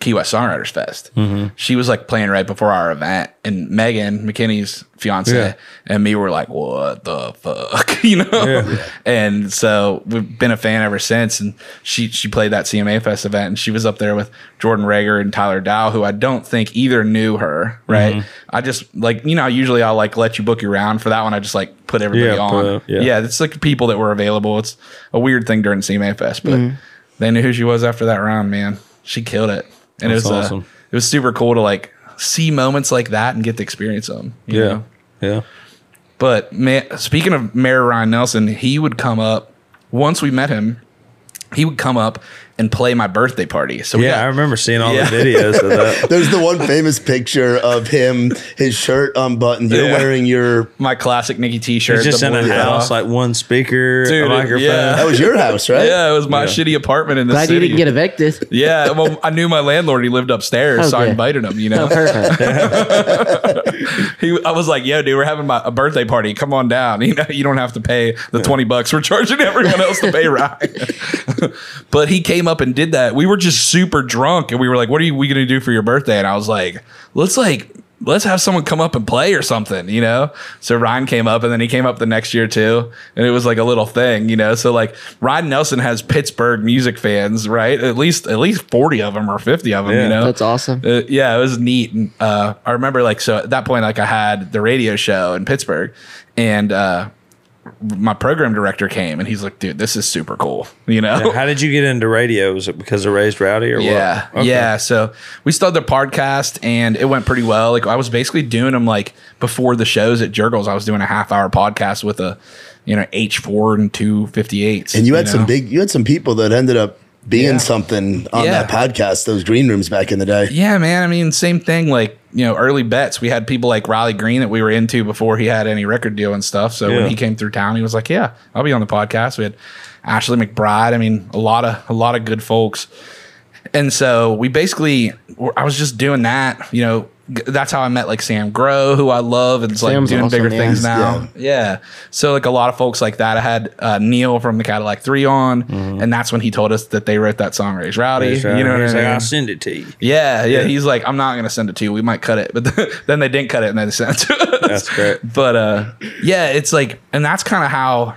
Key West Songwriters Fest. She was like playing right before our event, and Megan McKinney's fiance Yeah. and me were like, "What the fuck?" [LAUGHS] you know. And so we've been a fan ever since. And she she played that CMA Fest event, and she was up there with Jordan Rager and Tyler Dow, who I don't think either knew her. Right? I just like you know usually I'll like let you book your round for that one. I just like put everybody Yeah, on. put- yeah. yeah. it's like people that were available. It's a weird thing during CMA Fest, but Mm-hmm. they knew who she was after that round. Man, she killed it, and That's it was uh, awesome. it was super cool to like see moments like that and get to experience them. you know? Yeah. Yeah. But man, speaking of Mayor Ryan Nelson, he would come up once we met him. He would come up and play my birthday party. So we Yeah. got- I remember seeing all Yeah. the videos [LAUGHS] of that. There's the one famous picture of him, his shirt unbuttoned. You're Yeah. wearing your. my classic Nikki T-shirt. It's just the in a blue house, bra. like one speaker, Dude, a microphone. yeah. That was your house, right? yeah, it was my shitty apartment in the Glad city. you didn't get evicted. yeah, well, I knew my landlord. He lived upstairs, so I Okay. invited him. You Oh, know, perfect. [LAUGHS] he, I was like, "Yo, dude, we're having my, a birthday party. Come on down. [LAUGHS] You know, you don't have to pay the twenty bucks we're charging everyone else to pay, right?" [LAUGHS] but he came up and did that. We were just super drunk, and we were like, "What are you, we going to do for your birthday?" And I was like, "Let's like." Let's have someone come up and play or something, you know? So Ryan came up and then he came up the next year too. And it was like a little thing, you know? So like Ryan Nelson has Pittsburgh music fans, right? At least, at least 40 of them or 50 of them, you Yeah. know? That's awesome. Uh, yeah, it was neat. And, uh, I remember like so at that point, like I had the radio show in Pittsburgh, and uh, my program director came and he's like, "Dude, this is super cool," you know. How did you get into radio? Was it because of Raised Rowdy or [LAUGHS] Yeah, what? Okay. yeah. So we started the podcast, and it went pretty well. Like I was basically doing them like before the shows at Jurgles. I was doing a half hour podcast with a, you know, H four and two fifty eights. And you had some know? big, you had some people that ended up being something on Yeah. that podcast, those green rooms back in the day. [LAUGHS] Yeah, man. I mean, same thing. Like you know, early bets. We had people like Riley Green that we were into before he had any record deal and stuff. So Yeah. when he came through town, he was like, "Yeah, I'll be on the podcast." We had Ashley McBride. I mean, a lot of a lot of good folks. And so we basically, I was just doing that. You know, g- that's how I met like Sam Grow, who I love, and it's like Sam's doing awesome, bigger yeah. things now. Yeah. So like a lot of folks like that. I had uh, Neil from the Cadillac Three on, and that's when he told us that they wrote that song "Raise Rowdy." Raised Rowdy. You know what I He's mean? like, I'll send it to you. Yeah, yeah, He's like, I'm not gonna send it to you. We might cut it, [LAUGHS] but then they didn't cut it, and then they sent it to us. That's great. [LAUGHS] But uh, yeah, it's like, and that's kind of how,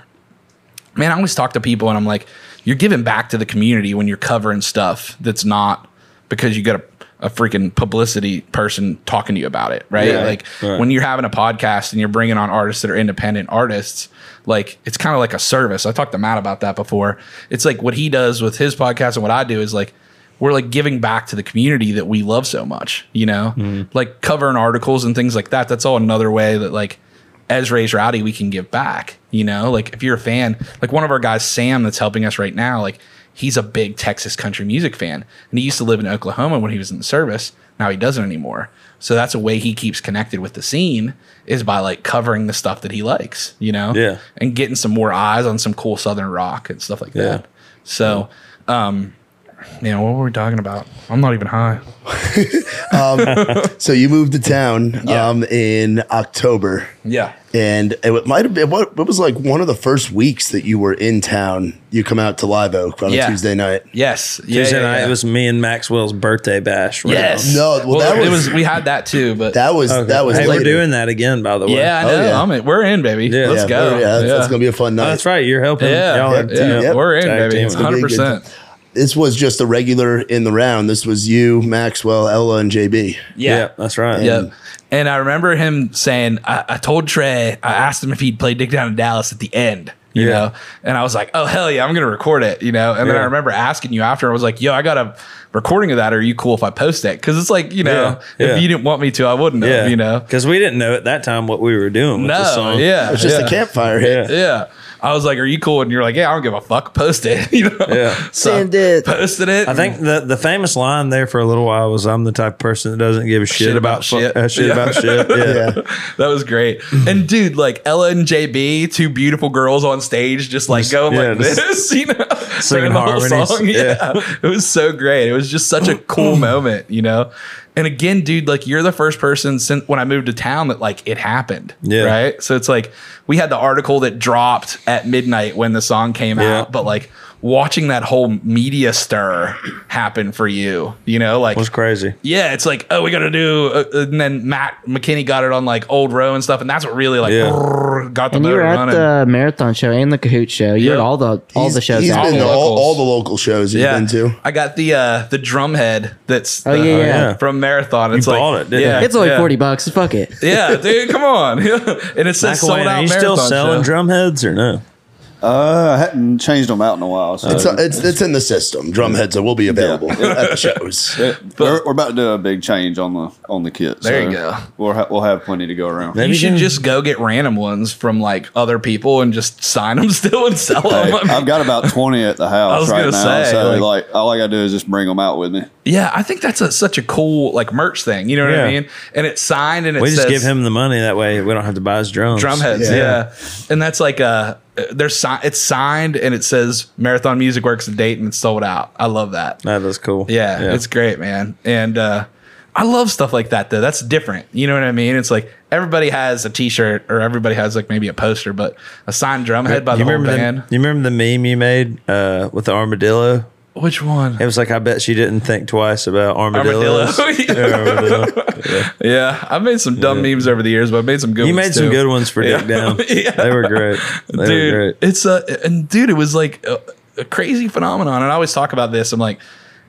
man. I always talk to people, and I'm like, you're giving back to the community when you're covering stuff that's not because you got a, a freaking publicity person talking to you about it, right? Yeah. like Right. when you're having a podcast and you're bringing on artists that are independent artists, like it's kind of like a service. I talked to Matt about that before. It's like what he does with his podcast and what I do is like we're like giving back to the community that we love so much, you know, Mm-hmm. like covering articles and things like that. That's all another way that like as Ray's Rowdy, we can give back, you know, like if you're a fan, like one of our guys, Sam, that's helping us right now, like he's a big Texas country music fan and he used to live in Oklahoma when he was in the service. Now he doesn't anymore. So that's a way he keeps connected with the scene is by like covering the stuff that he likes, you know? Yeah. And getting some more eyes on some cool Southern rock and stuff like that. So, um, yeah, what were we talking about? I'm not even high. So you moved to town um, in October, Yeah. and it wa- might have been what it was like one of the first weeks that you were in town. You come out to Live Oak on Yeah. a Tuesday night. Yes. Yeah, Tuesday yeah, night, yeah. it was me and Maxwell's birthday bash. round. Yes. No, well, that it was- was we had that too, but That was Okay. that was hey, later. we're doing that again, by the way. yeah, I Oh, know. yeah. I'm in, we're in, baby. Yeah. Yeah, Let's go. we're- yeah, that's- that's gonna be a fun night. Oh, that's right. You're helping. Yeah, Y'all are- yeah, Yep. we're in, Tag baby. team. gonna be a good 100%. This was just a regular in the round. This was you, Maxwell, Ella, and JB. Yeah. that's right. Yep. And I remember him saying, I, I told Trey, I asked him if he'd play Dick Down in Dallas at the end, you Yeah. know? And I was like, oh, hell yeah, I'm going to record it, you know? And then I Yeah. remember asking you after, I was like, yo, I got a recording of that. Are you cool if I post it? Cause it's like, you know, Yeah, yeah. if you didn't want me to, I wouldn't Yeah, have, you know? because we didn't know at that time what we were doing. With No. the song. Yeah. It's just yeah. a campfire hit. Yeah. I was like, are you cool? And you're like, yeah, I don't give a fuck. Post it, [LAUGHS] you know? Yeah. So I Send it. Posted it. I think the, the famous line there for a little while was, "I'm the type of person that doesn't give a shit, about about, fu- shit." uh, shit Yeah. [LAUGHS] about shit." Yeah, Yeah. that was great. And dude, like Ella and JB, two beautiful girls on stage, just like going yeah, like just this, [LAUGHS] you know, singing during the whole harmonies. song. Yeah. it was so great. It was just such a [CLEARS THROAT] cool moment, you know. And again, dude, like you're the first person since when I moved to town that like it happened. Yeah. Right. So it's like we had the article that dropped at midnight when the song came Yeah. out, but like watching that whole media stir happen for you. You know, like was crazy. yeah, it's like oh, we got to do, uh, and then Matt McKinney got it on like Old Row and stuff, and that's what really like Yeah. brrr, got the And you motor were at running. the marathon show and the Kahoot show. You were Yeah. at all the all the shows. He's out been to there. all, locals. all the local shows he's yeah, been to. I got the uh the drum head that's Oh, the- yeah, yeah. yeah. from Marathon. It's bought like it, didn't you? it's only yeah. forty bucks. Fuck it. [LAUGHS] yeah, dude, come on. [LAUGHS] and it says sold McElwain, out. are you still Marathon selling show. drum heads or no? Uh, I hadn't changed them out in a while. So Uh, It's, it's it's in the system. Drumheads will be [LAUGHS] available at the shows. we're, we're about to do a big change on the on the kit. There you so go. We'll ha- we'll have plenty to go around. Maybe you should do. just go get random ones from like other people and just sign them [LAUGHS] still and sell them. [LAUGHS] Hey, I've got about twenty at the house I was right gonna now. say, so like- like, all I gotta do is just bring them out with me. yeah, I think that's a, such a cool like merch thing. You know what I Yeah. mean? And it's signed and it We says just give him the money that way we don't have to buy his drums. drum heads. Yeah. and that's like uh, there's si- it's signed and it says Marathon Music Works date and it's sold out. I love that. That is cool. Yeah, it's great, man. And uh, I love stuff like that, though. That's different. You know what I mean? It's like everybody has a T-shirt or everybody has like maybe a poster, but a signed drum head by you the whole remember band. the, you remember the meme you made uh, with the armadillo? Which one? It was like I bet she didn't think twice about armadillos. Armadillo. [LAUGHS] Yeah, armadillo. Yeah, I've made some dumb memes over the years, but I made some good. You ones made some too. good ones for Dick Down. [LAUGHS] Yeah. They were great. They dude, were great. It's a and dude, it was like a, a crazy phenomenon. And I always talk about this. I'm like,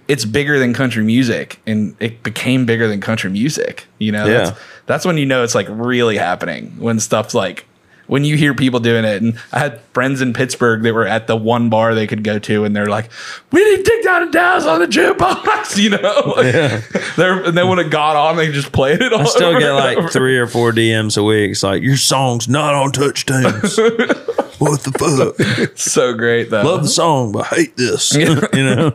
it's bigger than country music, and it became bigger than country music. You know, Yeah. that's, that's when you know it's like really happening when stuff's like. When you hear people doing it, and I had friends in Pittsburgh that were at the one bar they could go to, and they're like, "We need Dick Down and Dallas on the jukebox," [LAUGHS] you know. Like, [LAUGHS] They're and then when it got on, they just played it. All I still over get and over. like three or four DMs a week. It's like your song's not on [LAUGHS] touchdowns. what the fuck? so great though. Love the song, but [LAUGHS] hate this. [LAUGHS] you know,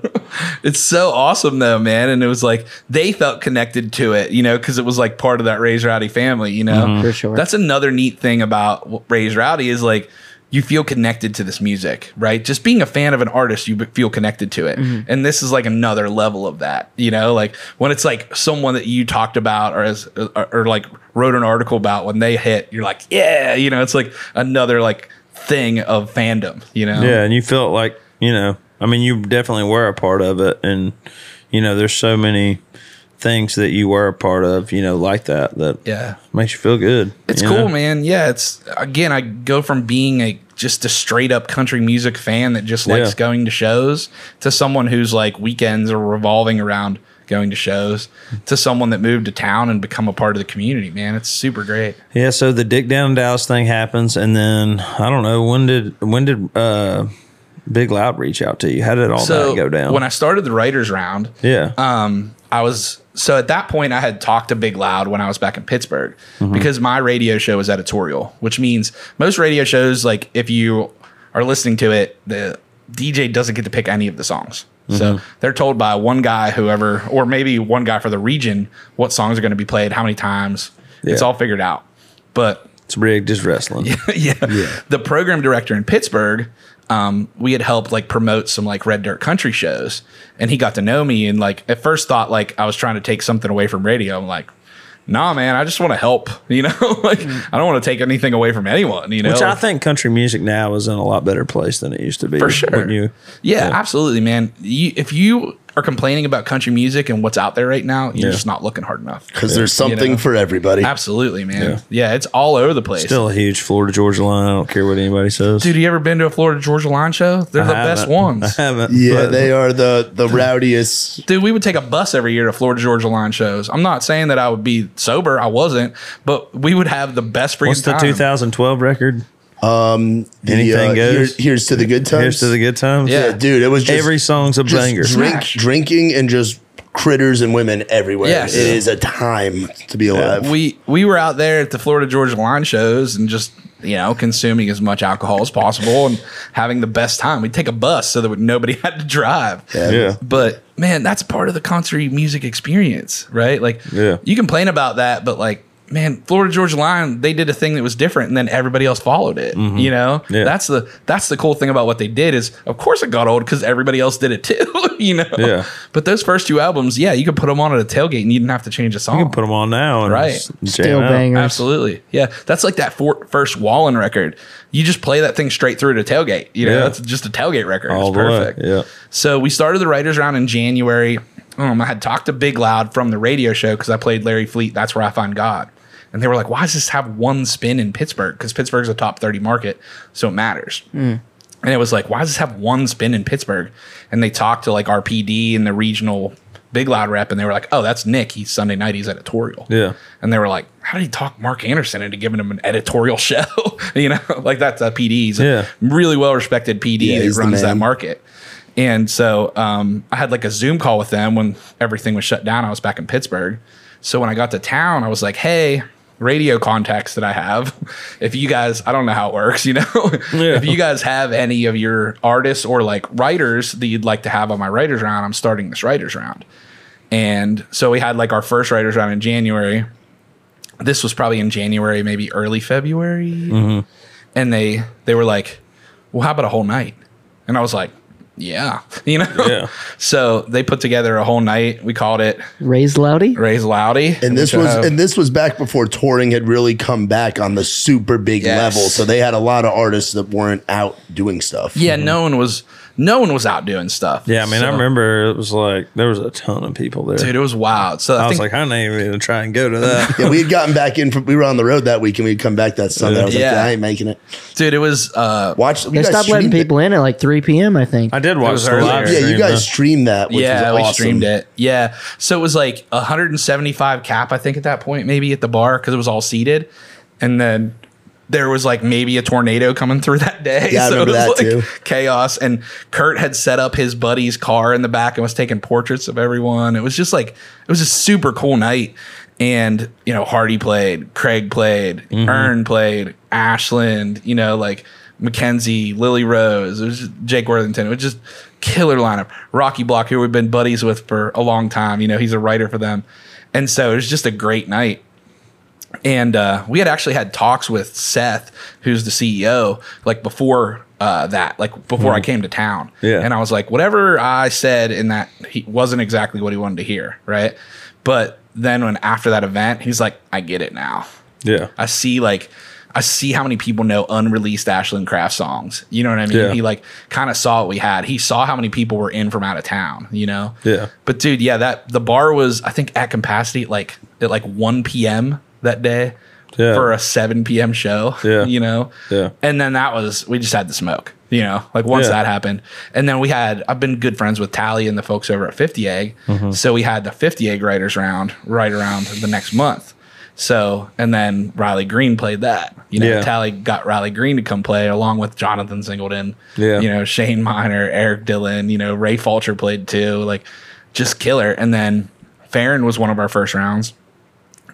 It's so awesome though, man. And it was like they felt connected to it, you know, because it was like part of that Raise Rowdy family, you know. For sure. That's another neat thing about w- Raise Rowdy is like you feel connected to this music, right? Just being a fan of an artist, you b- feel connected to it. And this is like another level of that, you know, like when it's like someone that you talked about or as or, or like wrote an article about when they hit, you're like, yeah, you know, it's like another like thing of fandom, you know. yeah. And you felt like you know. I mean, you definitely were a part of it, and you know, there's so many things that you were a part of. You know, like that that Yeah. makes you feel good. It's you cool, know? man. Yeah, it's again, I go from being a just a straight up country music fan that just likes Yeah. going to shows to someone who's like weekends are revolving around going to shows to someone that moved to town and become a part of the community, man. It's super great. Yeah, so the Dick Down in Dallas thing happens, and then I don't know when did when did uh, Big Loud reach out to you? How did all so that go down? when I started the writers round, yeah, um, I was so at that point I had talked to Big Loud when I was back in Pittsburgh because my radio show is editorial, which means most radio shows, like if you are listening to it, the DJ doesn't get to pick any of the songs. So they're told by one guy, whoever, or maybe one guy for the region, what songs are going to be played, how many times. It's Yeah. all figured out. But it's rigged as wrestling. yeah. [LAUGHS] The program director in Pittsburgh, um, we had helped like promote some like Red Dirt Country shows, and he got to know me. And like at first thought like I was trying to take something away from radio. I'm like, nah, man, I just want to help. [LAUGHS] You know, like I don't want to take anything away from anyone. You know, Mm. Which I Like, think country music now is in a lot better place than it used to be. For sure. wouldn't you? Yeah, absolutely, man. You, if you are complaining about country music and what's out there right now, you're Yeah. just not looking hard enough. Because there's something know. for everybody. Absolutely, man. Yeah. it's all over the place. Still a huge Florida Georgia line. I don't care what anybody says. Dude, you ever been to a Florida Georgia Line show? They're the I best haven't. [LAUGHS] ones. I haven't. Yeah, but- they are the the rowdiest. dude, we would take a bus every year to Florida Georgia Line shows. I'm not saying that I would be sober, I wasn't, but we would have the best freaking What's the time. 2012 record? The, uh, Anything goes. here- here's to the good times. Here's to the good times. Yeah. yeah, dude. It was just every song's a just banger. Drink, Smash. drinking, and just critters and women everywhere. Yes. It is a time to be alive. we we were out there at the Florida Georgia Line shows and just you know consuming as much alcohol as possible and having the best time. We'd take a bus so that nobody [LAUGHS] had to drive. Yeah. But man, that's part of the country music experience, right? Like, Yeah. you complain about that, but like man, Florida Georgia Line, they did a thing that was different, and then everybody else followed it. You know, Mm-hmm. Yeah. that's the that's the cool thing about what they did is, of course, it got old because everybody else did it too. [LAUGHS] you know, Yeah. But those first two albums, yeah, you could put them on at a tailgate, and you didn't have to change a song. You can put them on now and Right. just jam Still out. bangers. Absolutely. Yeah. That's like that for, first Wallen record. You just play that thing straight through to tailgate. You know, Yeah. that's just a tailgate record. All it's the way, perfect. yeah. So we started the writers round in January. Um, I had talked to Big Loud from the radio show because I played Larry Fleet. That's where I find God. And they were like, why does this have one spin in Pittsburgh? Because Pittsburgh's a top 30 market. So it matters. Hmm. And it was like, why does this have one spin in Pittsburgh? And they talked to like RPD and the regional Big Loud rep, and they were like, oh, that's Nick. He's Sunday night. He's editorial. Yeah. And they were like, how did he talk Mark Anderson into giving him an editorial [LAUGHS] show? you know, like that's a PD. He's a Yeah. really well respected PD that he's the runs that man. market. And so um, I had like a Zoom call with them when everything was shut down. I was back in Pittsburgh. So when I got to town, I was like, hey, radio contacts that I have, [LAUGHS] if you guys, I don't know how it works, you know, [LAUGHS] if you guys have any of your artists or like writers that you'd like to have on my writers round, I'm starting this writers round. And so we had like our first writers round in January. This was probably in January, maybe early February. And they they were like, "Well, how about a whole night?" And I was like, "Yeah, [LAUGHS] you know." Yeah. so they put together a whole night. We called it Raise Loudy. Raise Loudy. And this which, was uh, and this was back before touring had really come back on the super big Yes. level. So they had a lot of artists that weren't out doing stuff. yeah. No one was no one was out doing stuff. Yeah, I mean, So- I remember it was like there was a ton of people there. dude. It was wild. So I, I was think, like, I'm not even gonna try and go to that. [LAUGHS] Yeah, we had gotten back in from we were on the road that week and we'd come back that Sunday. I was Yeah. like, I ain't making it. dude, it was uh, Watch you They guys stopped letting streamed it. people in at like 3 p.m. I think. I did watch was the earlier. live Yeah, you stream, guys though. streamed that, which yeah, was we awesome. streamed [LAUGHS] it. Yeah, so it was like 175 cap, I think, at that point, maybe at the bar because it was all seated, and then there was like maybe a tornado coming through that day. [LAUGHS] Yeah, I remember it was that, like too. Chaos, and Kurt had set up his buddy's car in the back and was taking portraits of everyone. It was just like it was a super cool night. And you know, Hardy played, Craig played, Mm-hmm. Earn played, Ashland. You know, like Mackenzie, Lily Rose, it was just Jake Worthington. It was just killer lineup. Rocky Block, who we've been buddies with for a long time. You know, he's a writer for them. And so it was just a great night. And uh, we had actually had talks with Seth, who's the CEO, like before uh, that, like before I came to town. Yeah. And I was like, whatever I said in that, he wasn't exactly what he wanted to hear. Right. But then when after that event, he's like, I get it now. Yeah, I see like I see how many people know unreleased Ashland Craft songs. You know what I mean? Yeah. He like kind of saw what we had. He saw how many people were in from out of town, you know? Yeah. But dude, yeah, that the bar was I think at capacity at like at like 1 p.m. that day Yeah. for a 7 p.m. show. Yeah. [LAUGHS] You know? Yeah. And then that was we just had the smoke. You know, like once Yeah. that happened. And then we had I've been good friends with Tally and the folks over at 50 Egg. Mm-hmm. So we had the 50 Egg writers round right around the next month. So and then Riley Green played that. You know, Yeah. Tally got Riley Green to come play along with Jonathan Singleton. Yeah. You know, Shane Miner, Eric Dillon. You know, Ray Falcher played too. Like, just killer. And then Farron was one of our first rounds,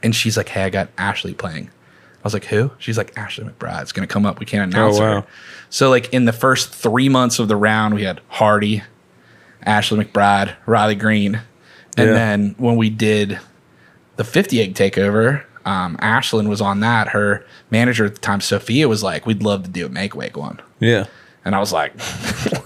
and she's like, "Hey, I got Ashley playing." I was like, "Who?" She's like, "Ashley McBride's gonna come up. We can't announce Oh, wow. her." So like in the first three months of the round, we had Hardy, Ashley McBride, Riley Green, and Yeah. then when we did the 50 egg takeover, um, Ashlyn was on that. Her manager at the time, Sophia, was like, "We'd love to do a make wake one." yeah, And I was like, [LAUGHS]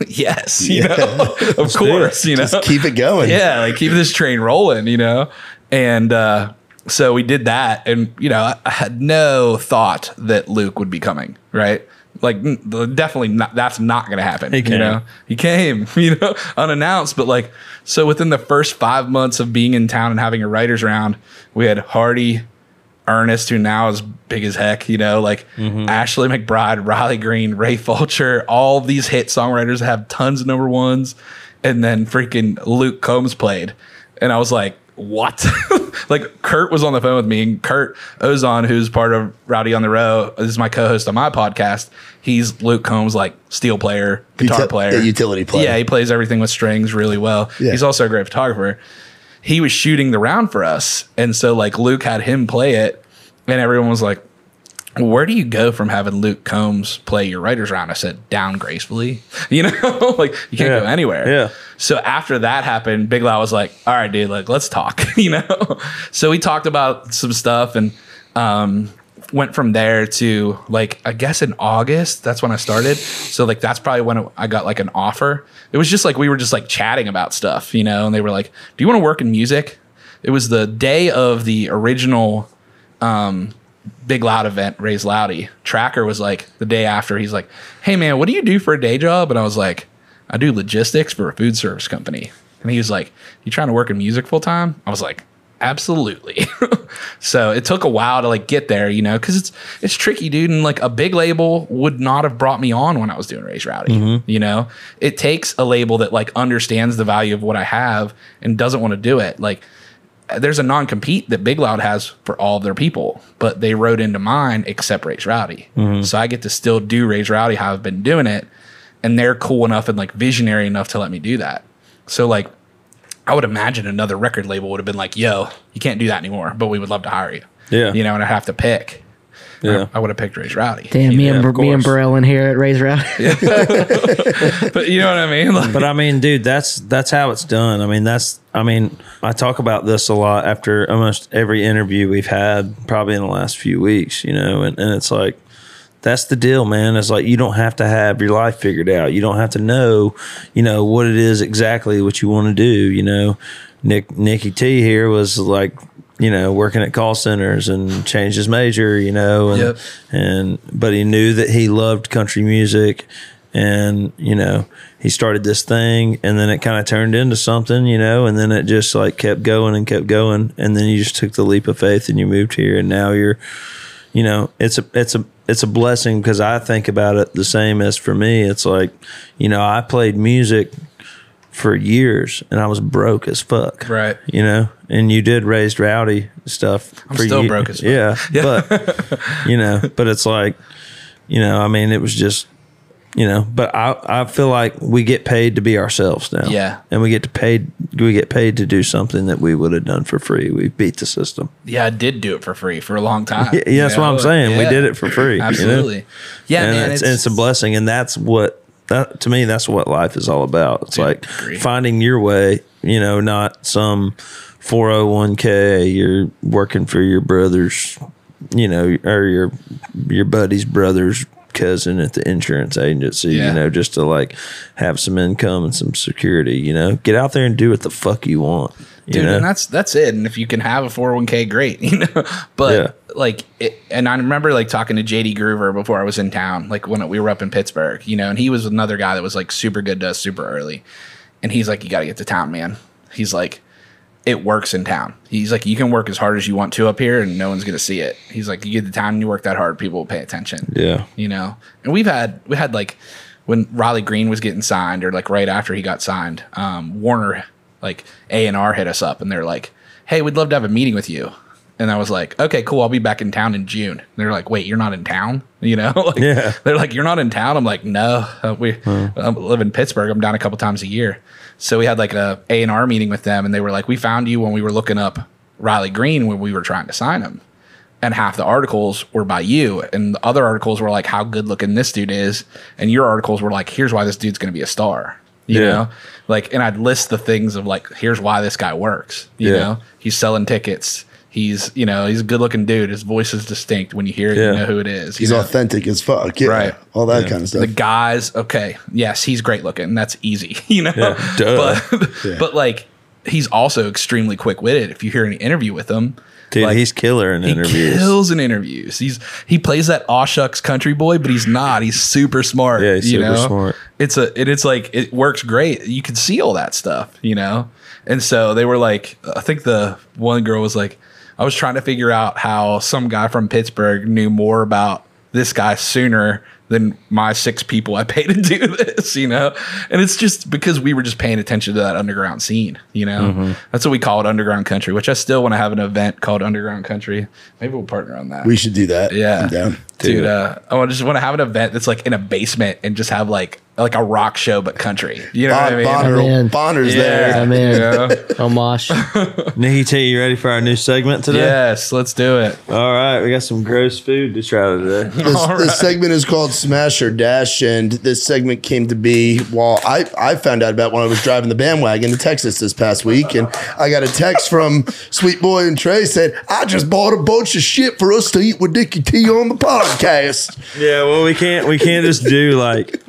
yes, you know, [LAUGHS] of course, you know, Keep it going. yeah, like keep this train rolling, you know? And uh, so we did that. And, you know, I, I had no thought that Luke would be coming, right? Like, n- the- definitely not, that's not going to happen. He You came. know, he came, [LAUGHS] you know, unannounced. But like, so within the first five months of being in town and having a writer's round, we had Hardy, Ernest, who now is big as heck, you know, like Ashley McBride, Riley Green, Ray Fulcher, all these hit songwriters have tons of number ones. And then freaking Luke Combs played. And I was like, what? [LAUGHS] like Kurt was on the phone with me, and Kurt Ozon, who's part of Rowdy on the Row, is my co-host on my podcast. He's Luke Combs, like steel player, guitar Uti- player, yeah, utility player. Yeah, he plays everything with strings really well. Yeah. He's also a great photographer he was shooting the round for us. And so like Luke had him play it and everyone was like, where do you go from having Luke Combs play your writers round? I said, down gracefully, [LAUGHS] you know, like you can't Yeah. go anywhere. Yeah. So after that happened, [LAUGHS] Big Loud was like, all right, dude, like let's talk, you know? So we talked about some stuff and, Um, went from there to like I guess in August. That's when I started. So like that's probably when I got like an offer. It was just like we were just like chatting about stuff, you know. And they were like, "Do you want to work in music?" It was the day of the original Big Loud event, Raise Loudy. Tracker was like the day after. He's like, "Hey man, what do you do for a day job?" And I was like, "I do logistics for a food service company." And he was like, "You trying to work in music full time?" I was like, "Absolutely." [LAUGHS] so it took a while to like get there, you know, because it's it's tricky, dude. And like a big label would not have brought me on when I was doing Raise Rowdy. You know, it takes a label that like understands the value of what I have and doesn't want to do it. Like there's a non compete that Big Loud has for all of their people, but they wrote into mine except Rage Rowdy. Mm-hmm. So I get to still do Rage Rowdy how I've been doing it. And they're cool enough and like visionary enough to let me do that. So, like, I would imagine another record label would have been like, yo, you can't do that anymore, but we would love to hire you. Yeah. You know, and I have to pick. Yeah. I would have picked Rage Rowdy. Damn, me, and, of Br- me and course. Burrell in here at Razor Out. [LAUGHS] But you know what I mean? [LAUGHS] Like, [LAUGHS] But I mean, dude, that's that's how it's done. I mean, that's I mean, I talk about this a lot after almost every interview we've had, probably in the last few weeks, you know, and, and it's like that's the deal, man. It's like you don't have to have your life figured out. You don't have to know, you know, what it is exactly what you want to do. You know, Nick Nicky T here was like, you know, working at call centers and changed his major. You know, and Yep. and but he knew that he loved country music, and you know, he started this thing, and then it kind of turned into something. You know, and then it just like kept going and kept going, and then you just took the leap of faith and you moved here, and now you're you know it's a it's a it's a blessing because i think about it the same as for me it's like you know i played music for years and i was broke as fuck Right. you know and you did raised rowdy stuff i'm still broke as fuck. [LAUGHS] yeah, but you know but it's like you know i mean it was just you know but i i feel like we get paid to be ourselves now Yeah. and we get to paid we get paid to do something that we would have done for free we beat the system yeah, I did do it for free for a long time. yeah, you that's what know? i'm saying we Yeah. did it for free you know? Absolutely. Yeah, and man. it's, it's a blessing, and that's what that to me that's what life is all about. It's like agree. finding your way, you know, not some 401k. You're working for your brother's, you know, or your your buddy's brother's cousin at the insurance agency, Yeah. you know, just to like have some income and some security. You know, get out there and do what the fuck you want. You dude know? and that's that's it and if you can have a 401k great [LAUGHS] you know but Yeah. like it, and i remember like talking to jd groover before i was in town like when we were up in pittsburgh you know and he was another guy that was like super good to us super early and he's like you got to get to town man he's like it works in town he's like you can work as hard as you want to up here and no one's gonna see it he's like you get to town and you work that hard people will pay attention yeah, you know and we've had we had like when riley green was getting signed or like right after he got signed um, warner like a&r hit us up and they're like hey we'd love to have a meeting with you and i was like okay cool i'll be back in town in june and they're like wait you're not in town [LAUGHS] you know like, Yeah. they're like you're not in town i'm like no uh, we I live in pittsburgh i'm down a couple times a year so we had like a a&r meeting with them and they were like we found you when we were looking up riley green when we were trying to sign him and half the articles were by you and the other articles were like how good looking this dude is and your articles were like here's why this dude's going to be a star you Yeah. know like and i'd list the things of like here's why this guy works you Yeah. know he's selling tickets he's you know he's a good looking dude his voice is distinct when you hear it Yeah. you know who it is you He's know? authentic as fuck. Yeah. Right. All that kind of stuff. the guys okay yes he's great looking that's easy [LAUGHS] you know Yeah, duh. but but like he's also extremely quick-witted if you hear any interview with him dude, like, he's killer in interviews. he kills in interviews. He's he plays that aw shucks country boy, but he's not. He's super smart. Yeah, he's you super know? smart. It's a and it's like it works great. You can see all that stuff, you know. And so they were like, I think the one girl was like, I was trying to figure out how some guy from Pittsburgh knew more about this guy sooner than my six people I [LAUGHS] paid to do this, you know? And it's just because we were just paying attention to that underground scene, you know? That's what we call it underground country, which I still want to have an event called underground country. Maybe we'll partner on that. we should do that. yeah. I'm down. Dude, uh, I wanna- just want to have an event that's like in a basement and just have like like a rock show but country. You know what I mean? Bonner, I'm in. Bonner's Yeah. there. I'm [LAUGHS] in. Yeah. Omosh. Nikki T, you ready for our new segment today? Yes, let's do it. All right, we got some gross food to try [LAUGHS] today. This, All this right. segment is called Smash or Dash, and this segment came to be while I, I found out about when I was driving the bandwagon to Texas this past week, and I got a text from Sweet Boy and Trey said, "I just bought a bunch of shit for us to eat with Dickie T on the podcast." yeah, well, we can't we can't just do like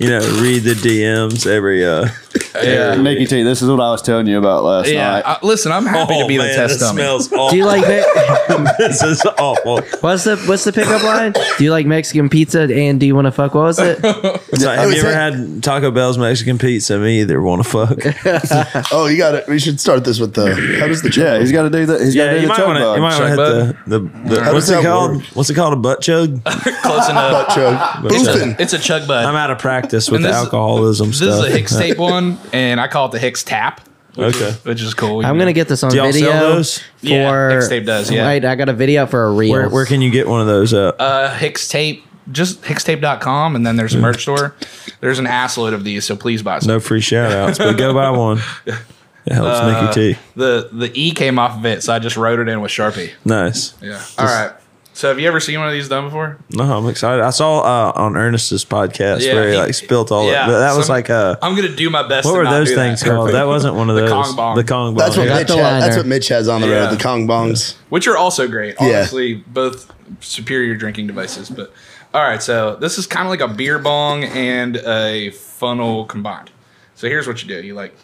you know read the DMs every uh. Yeah. Nikki T, this is what I was telling you about last Yeah. night. I- listen, I'm happy to be the test this dummy. Oh, smells awful. Do [LAUGHS] you like that? this is awful. What's the what's the pickup line? Do you like Mexican pizza and do you want to fuck? What was it? It's like, have was you ever like- had Taco Bell's Mexican pizza? Me either. Want to fuck? Oh, you got it. We should start this with the how does the Yeah, he's got to do the. He's got Yeah, to do you the might toe want to. bug. You might want to hit the Chuck the, the How what's does it that called? work? What's it called? A butt chug? uh, Close enough. butt chug? Boofing. It's a chug bud. I'm out of practice with And this is- alcoholism this stuff. Uh, is a Hicks [LAUGHS] tape one, and I call it the Hicks tap. Which Okay. Is, which is cool. I'm gonna get this on Do y'all video. sell those? For Yeah, Hixtape does, yeah. Right, I got a video for a reel. Where, where can you get one of those at? uh, Hicks tape. Just hickstape.com, and then there's a merch store. There's an ass load of these, so please buy some. Mm. no free shout outs, but go buy one. It helps Uh, Nikki T. The the E came off of it, so I just wrote it in with Sharpie. Nice. Yeah. All right. So have you ever seen one of these done before? No, I'm excited. I saw uh, on Ernest's podcast Yeah, where he he- like spilt all yeah, that. That was some- like uh I'm gonna do my best. what to were not those do that. things called? That wasn't one of The those. Kong Bong. The Kong That's what Bong. Mitch the has. That's liner. what Mitch has on the Yeah. road. The Kong bongs. which are also great. Yeah. Obviously, both superior drinking devices. But all right, so this is kind of like a beer bong and a funnel combined. So here's what you do: you like,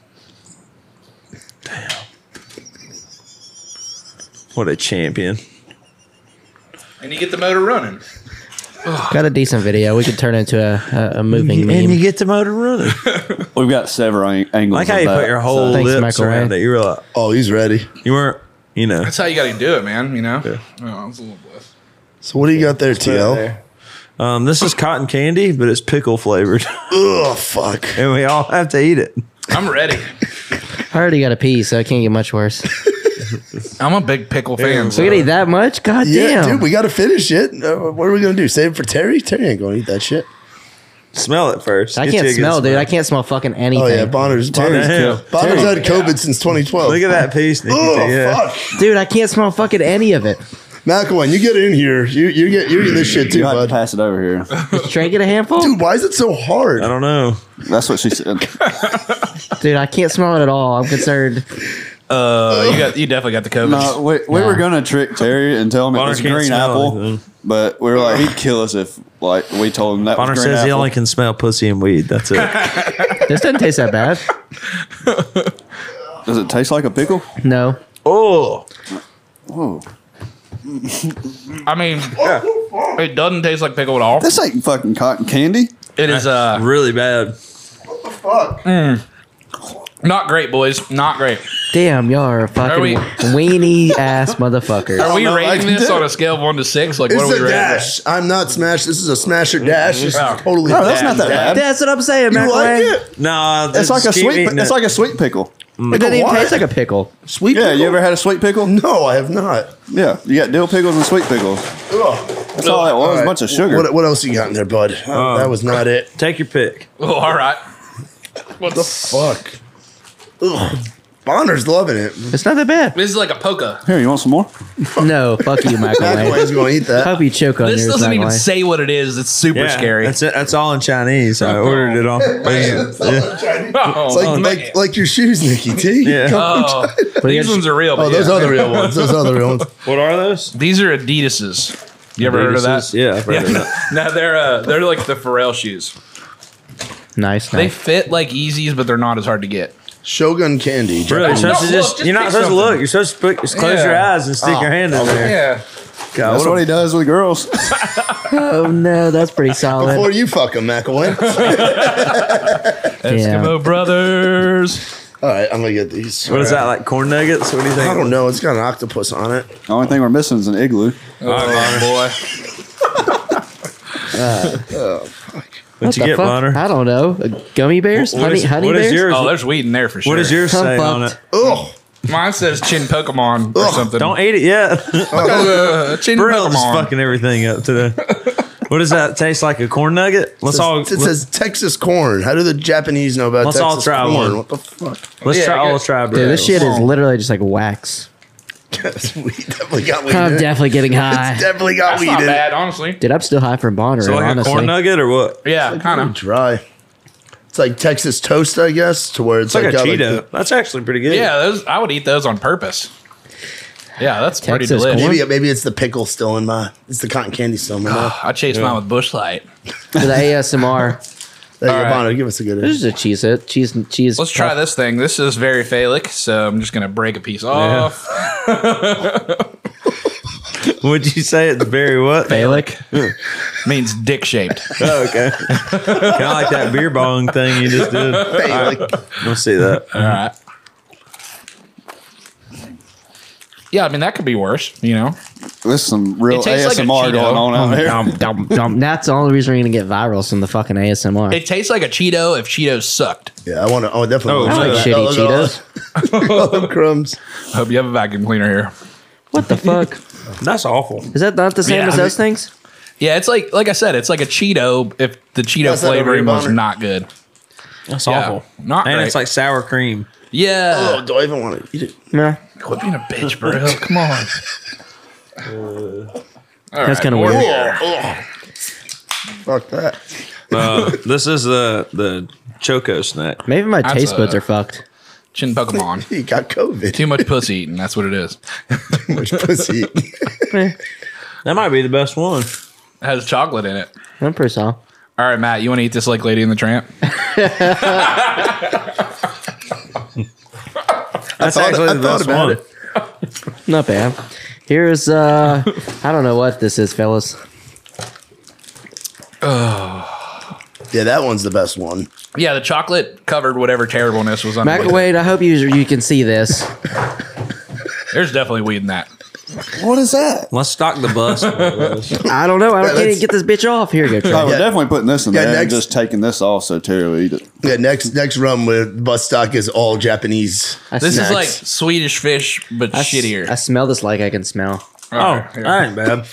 What a champion. and you get the motor running. got a decent video. We could turn it into a, a, a moving And you meme. get the motor [LAUGHS] running. We've got several ang- angles. like how of you that, put your whole so- Thanks, lips Michael, around eh? it. You were like, Oh, he's ready. you weren't, you know. That's how you got to do it, man. You know. Oh, that's a little blessed. So what do you got there, TL? Um, this is cotton candy, but it's pickle flavored, [LAUGHS] Oh fuck. and we all have to eat it. I'm ready. I already got a pee, so it can't get much worse. I'm a big pickle fan. So we gotta eat that much? God Yeah, damn. dude, we got to finish it. Uh, what are we gonna do? Save it for Terry? Terry ain't gonna eat that shit. Smell it first. I Get can't you a good smell, dude. I can't smell fucking anything. Oh yeah, Bonner's Bonner's, Terry. Bonner's had COVID since 2012. Look at that piece, Nikki. Oh yeah. fuck, Dude, I can't smell fucking any of it. McElwain, you get in here. You you get you're eating this shit too, You have to bud. pass it over here. Should I get a handful? Dude, why is it so hard? I don't know. That's what she said. [LAUGHS] Dude, I can't smell it at all. I'm concerned. Uh, you got you definitely got the COVID. No, we, we were gonna trick Terry and tell him it Bonner was can't green smell apple, anything. but we were like, he'd kill us if like we told him that Bonner was green says he apple. only can smell pussy and weed. That's it. This doesn't taste that bad. Does it taste like a pickle? No. oh, Whoa, I mean, it doesn't taste like pickle at all. this ain't fucking cotton candy. It is uh really bad. not great, boys. Not great. Damn, y'all are fucking we- weenie ass motherfuckers. Are we know if I rating can this do on [LAUGHS] it. a scale of one to six? Like, it's what are a we rating? this? dash. I'm not smashed. This is a smasher dash. This is Wow. totally. No, that's not that bad. That's what I'm You saying, man. like it? No, It's like a keep sweet. eating It's it. like a sweet pickle. It doesn't even What? taste like a pickle. Sweet. Yeah, pickle? you ever had a sweet pickle? No, I have not. Yeah, you got dill pickles and sweet pickles. Ugh. That's all that was. A bunch of sugar. What, what else you got in there, bud? Uh, that was not it. Take your pick. Oh, all right. What's Fuck. Ugh. Bonner's loving it. It's not that bad. this is like a polka. Here, you want some more? No, fuck you, McElwain's microwave. gonna eat I [LAUGHS] that. hope you choke on This yours, doesn't even microwave. say what it is. It's super Yeah, scary. [LAUGHS] That's it. That's all in Chinese. I ordered it all. Man. Yeah. Oh, It's like, man. like like your shoes, Nikki T. Yeah. Oh, these ones are real. Oh, but those yeah. are the real ones. Those are the real ones. What are those? These are Adidas's. You ever heard of that? Adidas? Yeah. I've heard of [LAUGHS] that. no, they're uh, they're like the Pharrell shoes. Nice, They nice. fit like Yeezys, but they're not as hard to get. [LAUGHS] Shogun candy. You're Don't supposed to look, just, just you're not pick supposed to something. look. You're supposed to put, just close Yeah. your eyes and stick your hand in there. Yeah. God, That's what a- what he does with girls. Oh no, that's pretty solid. Before you fuck him, McElwain. Damn. Eskimo [LAUGHS] Brothers. [LAUGHS] All right, I'm gonna get these. what is that like? Corn nuggets? What do you think? I don't know. It's got an octopus on it. The only thing we're missing is an igloo. Oh, What'd you The get, fuck? Bonner? I don't know. Uh, Gummy bears? What honey is- honey what is bears? yours? boy. Oh, there's weed in there for sure. What does yours I'm say on fucked. it? Oh, Mine says Chin Pokemon or something. Don't eat it yet. uh, [LAUGHS] Chin Burrell's just Pokemon. fucking everything up today. What does that taste like? A corn nugget? Let's all it says Texas corn. How do the Japanese know about Let's all Texas try corn? one. What the fuck? [LAUGHS] let's Yeah, try I all guess- try bro. Dude, this shit Oh. is literally just like [LAUGHS] wax. Yes, we definitely got weed. I'm in it. definitely getting high. It's definitely got That's weed not in it. bad, honestly. Dude, I'm still high from Bond So like a honestly. corn nugget or what? Yeah, kind Kinda of. dry. It's like Texas toast, I guess, to where It's it's, like a got Cheeto. the- That's actually pretty good. Yeah, those I would eat those on purpose. Yeah, that's pretty Texas delicious. maybe maybe it's the pickle still in my. It's the cotton candy still in my. [SIGHS] mouth. I chased mine with bushlight. For the ASMR. Hey, all right. Bono, give us a good. this is a cheese it. Cheese cheese. Let's try this thing. This is very phallic, so I'm just gonna break a piece off. Would you say it's very [LAUGHS] what? Phallic [LAUGHS] means dick shaped. Oh, [LAUGHS] okay. kind of like that beer bong thing you just [LAUGHS] did. Hey, like, Let's see that. All right. Yeah, I mean that could be worse. You know, There's some real It tastes like a ASMR Cheeto. going on out there. Dum, dum, dum. That's the only reason we're gonna get virals from the fucking ASMR. it tastes like a Cheeto if Cheetos sucked. yeah, I want to. Oh, definitely. Oh, I wanna like try that. shitty Oh, look at all Cheetos. the- all the [LAUGHS] crumbs. I hope you have a vacuum cleaner here. What the [LAUGHS] fuck? That's awful. Is that not the same Yeah, as I those things? Yeah, it's like like I said, it's like a Cheeto if the Cheeto That's not a flavoring was Rebounder. not good. That's Yeah. awful. Not and great. it's like sour cream. Yeah. Oh, do I even want to eat it? Nah. Quit being a bitch, bro. Come on. That's kinda weird. Oh. Fuck that. Uh, this is the the choco snack. Maybe my That's taste buds a- are fucked. Chin Pokemon. You got COVID. Too much pussy eating. That's what it is. Too much [LAUGHS] pussy. That might be the best one. It has chocolate in it. I'm pretty solid. All right, Matt, you want to eat this like Lady in the Tramp? That's thought- actually I the thought best about one. it. Not bad. Here's uh I don't know what this is, fellas. yeah, that one's the best one. Yeah, the chocolate covered whatever terribleness was on it. McElwain, I hope you you can see this. There's definitely weed in that. What is that? Let's stock the [LAUGHS] bus. I don't know. I don't, can't let's- even get this bitch off. Here you go, Oh, Trey. we're Yeah. definitely putting this in Yeah, there and next- just taking this off so Terry will eat it. Yeah, next next rum with bus stock is all Japanese. I This smell- is like Swedish fish, but I s- shittier. I smell this like I can smell. oh, I ain't bad.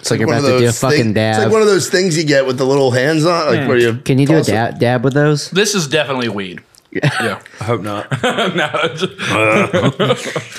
It's like you're One about of to do a those fucking thing- dab. Hmm. It's like one of those things you get with the little hands on, like where you can you do a toss it. dab, dab with those? this is definitely weed. Yeah. [LAUGHS] I hope not. no, it's-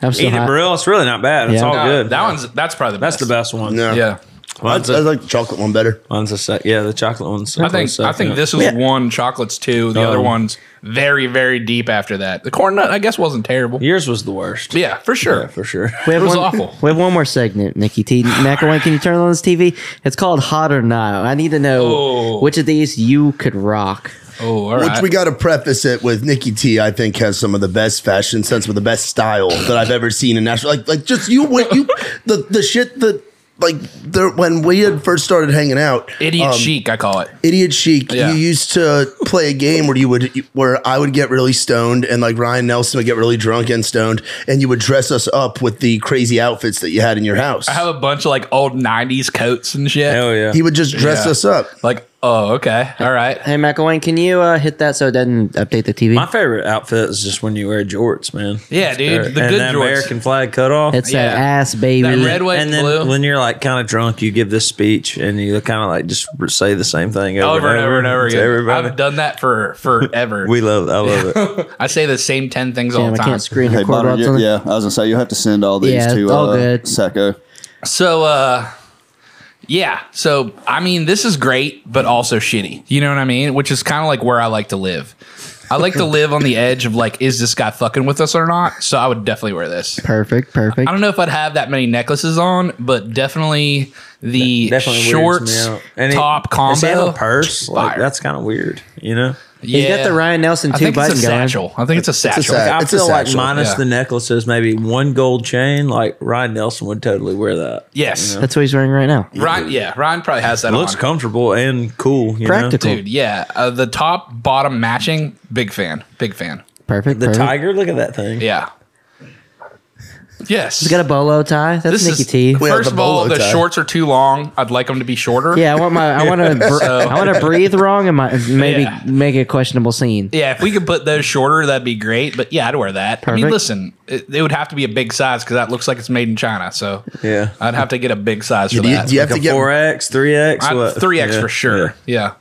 I'm so Eat it, hot. Brill. It's really not bad. It's Yeah. all no, good. that one's that's probably the That's best. the best one. No. Yeah. I, I Mine's a, like the chocolate one better. mine's a sec. Yeah, the chocolate one's. I think I think this is one, chocolate's two, the other Um, one's very, very deep after that. The corn nut, I guess, wasn't terrible. yours was the worst. Yeah, for sure. Yeah, [LAUGHS] for sure. We have, It was one, awful. we have one more segment, Nikki T. McElwain, can you turn on this TV? It's called Hot or Not. I need to know Oh. which of these you could rock. Oh, all right. Which we got to preface it with Nikki T. I think has some of the best fashion sense with the best style that I've ever seen in Nashville. Like, like just you, what you, the the shit that like there, when we had first started hanging out, Idiot um, chic, I call it. Idiot Chic, Yeah. you used to play a game where you would where I would get really stoned and like Ryan Nelson would get really drunk and stoned and you would dress us up with the crazy outfits that you had in your house. I have a bunch of like old '90s coats and shit. Hell yeah. he would just dress Yeah. us up. Like, oh, okay, all right. Hey, McElwain, can you uh, hit that so it doesn't update the TV? My favorite outfit is just when you wear jorts, man. Yeah, dude, great. the and good that jorts. American flag cutoff. it's that yeah. ass, baby. That red, white, and and then blue. when you're like kind of drunk, you give this speech and you kind of like just re- say the same thing over, over and over and over to again. Everybody, I've done that for [LAUGHS] forever. we love, I [LAUGHS] love it. I say the same ten things all Damn, the I time. can't screen Hey, record Butter, what's yeah, on it. yeah, I was gonna say you have to send all these Yeah, to all uh, good. Sacco. So, uh, yeah. So, I mean, this is great, but also shitty. You know what I mean? Which is kind of like where I like to live. I like to live on the edge of like, is this guy fucking with us or not? So, I would definitely wear this. Perfect, perfect. I don't know if I'd have that many necklaces on, but definitely the Definitely shorts, weirds me out. And it- top combo. Does he have a purse? Like Fire. that's kind of weird, you know. yeah. You got the Ryan Nelson I two think it's a button going. satchel. I think it's a satchel. satchel. I It's a feel like satchel. minus Yeah. the necklaces, maybe one gold chain. Like Ryan Nelson would totally wear that. Yes. That's what he's wearing right now. Ryan, yeah, Ryan probably has that Looks on. comfortable and cool. You Practical. Dude, yeah. Uh, the top bottom matching, big fan. Big fan. Perfect. Know? The perfect. tiger. Look at that thing. Yeah. Yes. He's got a bolo tie. This That's Nikki is- [LAUGHS] T. We have First the of all, bolo the tie. shorts are too long. I'd like them to be shorter. Yeah, I want my I want to br- [LAUGHS] So- I want to breathe wrong [LAUGHS] and my, maybe Yeah. make a questionable scene. Yeah, if we could put those shorter, that'd be great. But yeah, I'd wear that. I mean, Perfect. listen, it, it would have to be a big size because that looks like it's made in China. So Yeah. I'd have to get a big size for Do you, that. do you have to get four X, three X, I- Three X for sure. Yeah.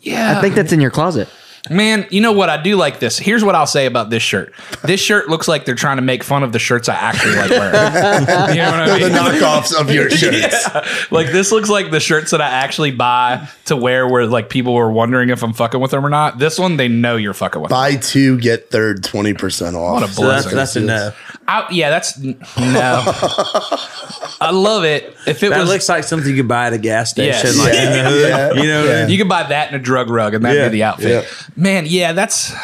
yeah. I think that's in your closet. Man, you know what? I do like this. Here's what I'll say about this shirt. This shirt looks like they're trying to make fun of the shirts I actually like wearing. [LAUGHS] you know what I the [LAUGHS] mean? knockoffs of your shirts? Yeah. Like this looks like the shirts that I actually buy to wear where like people were wondering if I'm fucking with them or not. This one they know you're fucking with. Buy two, get third, 20% off. What a bull- that's, that's a no. I, yeah, that's n- no. I love it. If it That was looks like something you could buy at a gas station, Yes. like in the hood. Yeah. You know, what I mean? you could buy that in a drug rug and that'd Yeah, be the outfit. Man, yeah, that's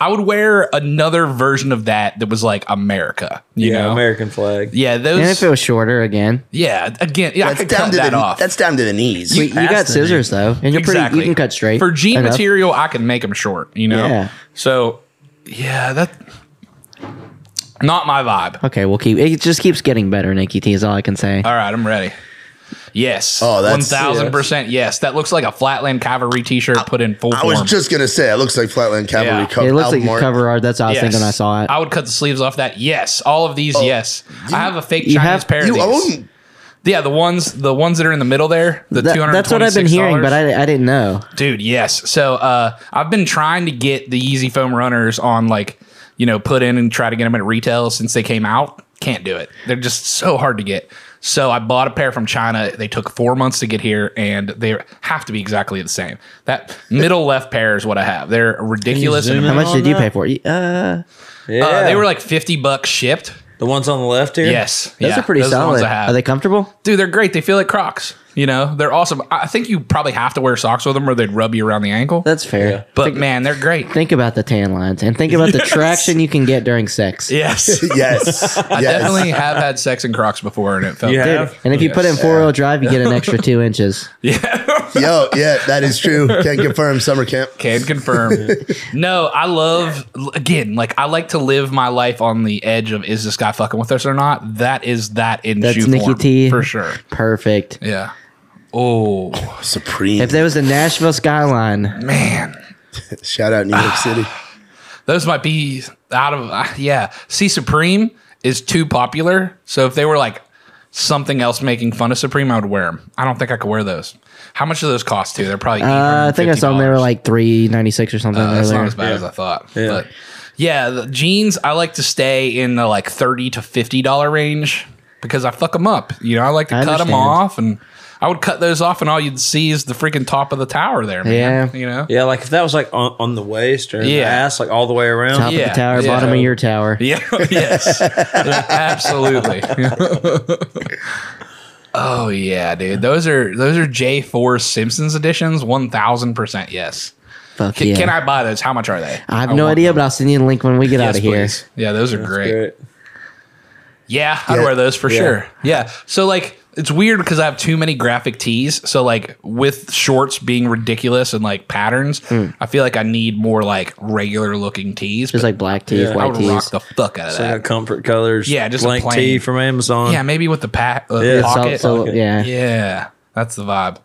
I would wear another version of that that was like America. You yeah, know? American flag. Yeah, And if those it was shorter again, Yeah, again, yeah, I That's could down cut to that the off. that's down to the knees. Wait, you got passed the scissors though, and you're pretty. You can cut straight For jean enough. material, I can make them short, you know? Yeah. So, yeah, that not my vibe. Okay, we'll keep. It just keeps getting better. Nikki T is all I can say. All right, I'm ready. Yes. Oh, that's- 1000% yes. That looks like a Flatland Cavalry t-shirt put in full I form. was just gonna say it looks like Flatland Cavalry Yeah. cover. it looks like album a art. cover art. That's what I was Yes. thinking. when I saw it. I would cut the sleeves off that. Yes. All of these, yes. I have a fake you Chinese have- pair of Oh, You these. [LAUGHS] own Yeah, the ones the ones that are in the middle there, the That- two hundred. that's what I've been hearing, but I, I didn't know. Dude, yes. So uh, I've been trying to get the Easy Foam Runners on like, you know, put in and try to get them at retail since they came out. Can't do it. They're just so hard to get. So I bought a pair from China. They took four months to get here, and they have to be exactly the same. That middle left pair is what I have. They're ridiculous. zoom and- How in? uh, much on did you that? pay for it? Uh, Yeah, They were like fifty bucks shipped. the ones on the left here. Yes, those Yeah, are pretty those the solid. ones I have. are they comfortable? dude, they're great. They feel like Crocs. You know, they're awesome. I I think you probably have to wear socks with them, or they'd rub you around the ankle. That's fair. But man, they're great. Think about the tan lines and [LAUGHS] think about the traction you can get during sex. Yes. yes. [LAUGHS] I yes. definitely have had sex in Crocs before, and it felt You good. have? And if you put in four wheel drive, you get [LAUGHS] an extra two inches. Yo, yeah, that is true. Can confirm summer camp. Can confirm. [LAUGHS] no, I love again. Like I like to live my life on the edge of is this guy fucking with us or not? That is that in That's shoe Nikki form, T. for sure. Perfect. Yeah. Oh Supreme. If there was a Nashville skyline, man, Shout out New York City. those might be out of uh, yeah. See, Supreme is too popular. So if they were like something else making fun of Supreme, I would wear them. I don't think I could wear those. How much do those cost too? They're probably. uh, I think I saw them. They were $850. like three ninety six or something. Uh, that's earlier. not as bad as I thought. But yeah, the jeans I like to stay in the like thirty to fifty dollar range because I fuck them up. You know, I like to I cut them understand. off, and I would cut those off, and all you'd see is the freaking top of the tower there. Man, Yeah. you know. Yeah, like if that was like on, on the waist or in the Yeah. ass, like all the way around. Top of Yeah, the tower, yeah. bottom of your tower. [LAUGHS] Yeah. yes. Absolutely. [LAUGHS] oh yeah, dude. Those are those are J four Simpsons editions. One thousand percent. Yes. Fuck Can, yeah. can I buy those? How much are they? I have no want idea, but I'll send you the link when we get Yes, out of here. please. Yeah, those are great. Great. Yeah, I'd Yeah. wear those for sure. Yeah. So like it's weird because I have too many graphic tees. So like with shorts being ridiculous and like patterns, I feel like I need more like regular looking tees. Hmm. Just but like black tees, Yeah. I white would tees. rock the fuck out of So I got that. comfort colors. Yeah, just a blank plain- tee from Amazon. Yeah, maybe with the pat uh, Yeah. So- pocket. so, yeah. yeah. That's the vibe.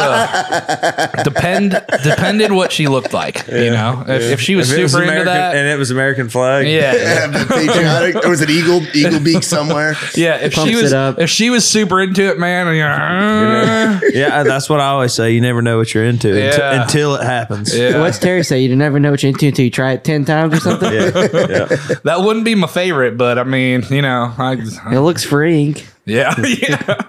Ugh. Depend depended what she looked like. You know, if, if she was If it super into American, that, and it was American flag. yeah, Patriotic. There was an eagle, eagle beak somewhere. yeah. If she Pumps was it up. if she was super into it, man. Yeah, [LAUGHS] yeah, that's what I always say. You never know what you're into unt- Yeah. until, it happens. yeah. What's Terry say? You never know what you're into until you try it 10 times [LAUGHS] or something? That wouldn't be my favorite, but I mean, you know, [LAUGHS] I, It looks freeing. yeah, [LAUGHS] yeah.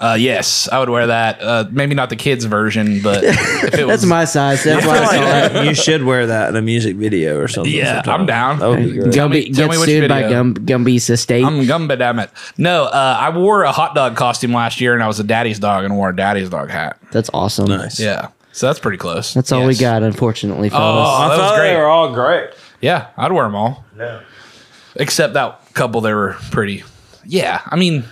uh, yes, I would wear that. Uh, maybe not the kids' version, but [LAUGHS] if it That's was, my size. That's why I saw it. uh, you should wear that in a music video or something. Yeah, sometime. I'm down. That would be [LAUGHS] great. Tell me- Gumby tell me gets which sued by video. Gum, Gumby's estate. I'm gumba damn it. No, uh, I wore a hot dog costume last year, and I was a daddy's dog and wore a daddy's dog hat. That's awesome. Nice. Yeah, so that's pretty close. That's all we Yes. got, unfortunately, fellas. Oh, I that was thought great. they were all great. Yeah, I'd wear them all. No. Except that couple, they were pretty. Yeah, I mean,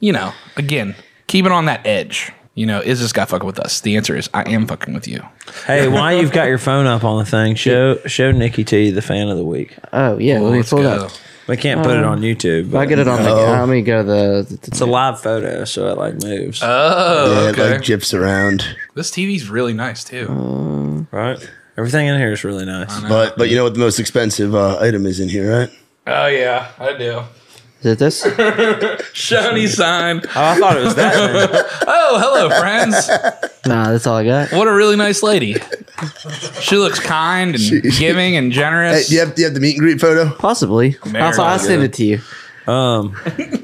you know, again, keep it on that edge. you know, is this guy fucking with us? The answer is, I am fucking with you. Hey, why you've got your phone up on the thing? Show show Nikki T the fan of the week. Oh yeah, let me Let's pull it go. up. We can't put it on YouTube. Uh, I but get it on the. Let me go to the. It's a live photo, so it like moves. Oh, Yeah, okay. like gyps around. this TV's really nice too. right. Everything in here is really nice. But but you know what the most expensive uh, item is in here, right? Oh yeah, I do. is [LAUGHS] it this? Shiny [LAUGHS] sign. Oh, I thought it was [LAUGHS] that. thing. Oh, hello, friends. nah, that's all I got. What a really nice lady. She looks kind and giving and Hey, generous. do you have do you have the meet and greet photo? Possibly. I'll, Mary I'll send Good. it to you.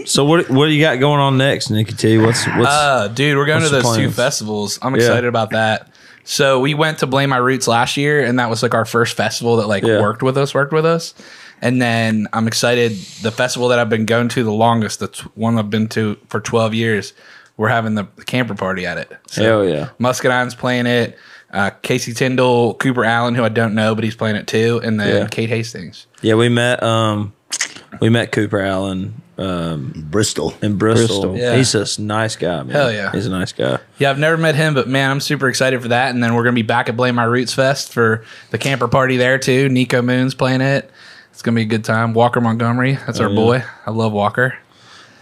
so what what do you got going on next, Nikki T? What's what's Uh, dude, we're going What's to the those two plans? festivals. I'm Yeah. excited about that. So we went to Blame My Roots last year, and that was like our first festival that like Yeah. worked with us, worked with us. And then I'm excited. The festival that I've been going to the longest, the t- one I've been to for 12 years, we're having the camper party at it. So hell yeah? Muscadine's playing it. Uh, Casey Tyndall, Cooper Allen, who I don't know, but he's playing it too, and then Yeah. Kate Hastings. Yeah, we met um we met Cooper Allen um Bristol. in Bristol. Bristol. Yeah. He's just a nice guy, man. Hell yeah. He's a nice guy. Yeah, I've never met him, but man, I'm super excited for that. And then we're gonna be back at Blame My Roots Fest for the camper party there too. Nico Moon's playing it. It's gonna be a good time. Walker Montgomery, that's Oh, our boy. I love Walker.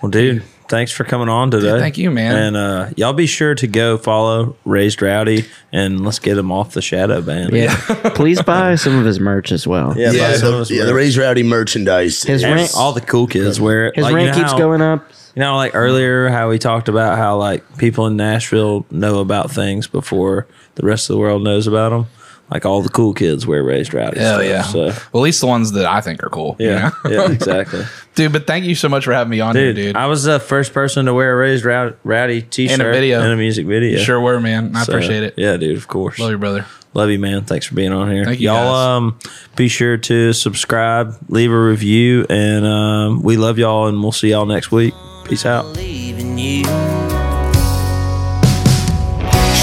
Well, dude, thanks for coming on today. thank you, man. And uh, y'all be sure to go follow Raised Rowdy and let's get him off the shadow ban. Yeah. Please buy some of his merch as well. yeah, Yeah, buy some of the, his yeah, the merch. Raise Rowdy merchandise. His And rent. all the cool kids wear it. His Like, you rent know keeps how- going up. You know, like earlier, how we talked about how like people in Nashville know about things before the rest of the world knows about them. Like all the cool kids wear Raised Rowdy. Hell stuff, yeah. So Well, at least the ones that I think are cool. you yeah, know? [LAUGHS] yeah, exactly. dude. But thank you so much for having me on, dude, dude. dude. I was the first person to wear a raised Row- rowdy t-shirt video. in a music video. sure were, man. I So, appreciate it. Yeah, dude, of course. Love you, brother. Love you, man. Thanks for being on here. Thank you, all guys. um be sure to subscribe, leave a review, and um we love y'all and we'll see y'all next week. Peace out. believing you.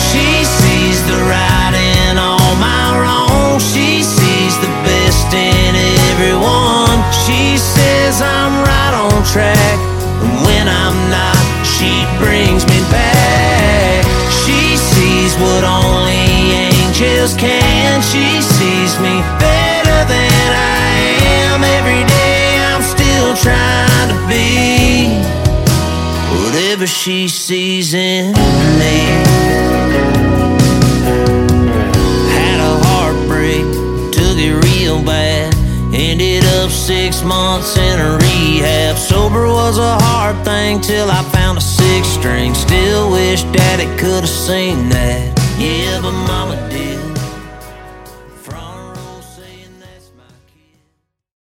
She sees the right in all my wrongs. She sees the best in everyone. She says I'm right on track. And when I'm not, she brings me back. She sees what only angels can. She sees me better than I am. Every day I'm still trying to be whatever she sees in me. Had a heartbreak, took it real bad. Ended up six months in a rehab. Sober was a hard thing till I found a six string. Still wish daddy could have seen that. Yeah,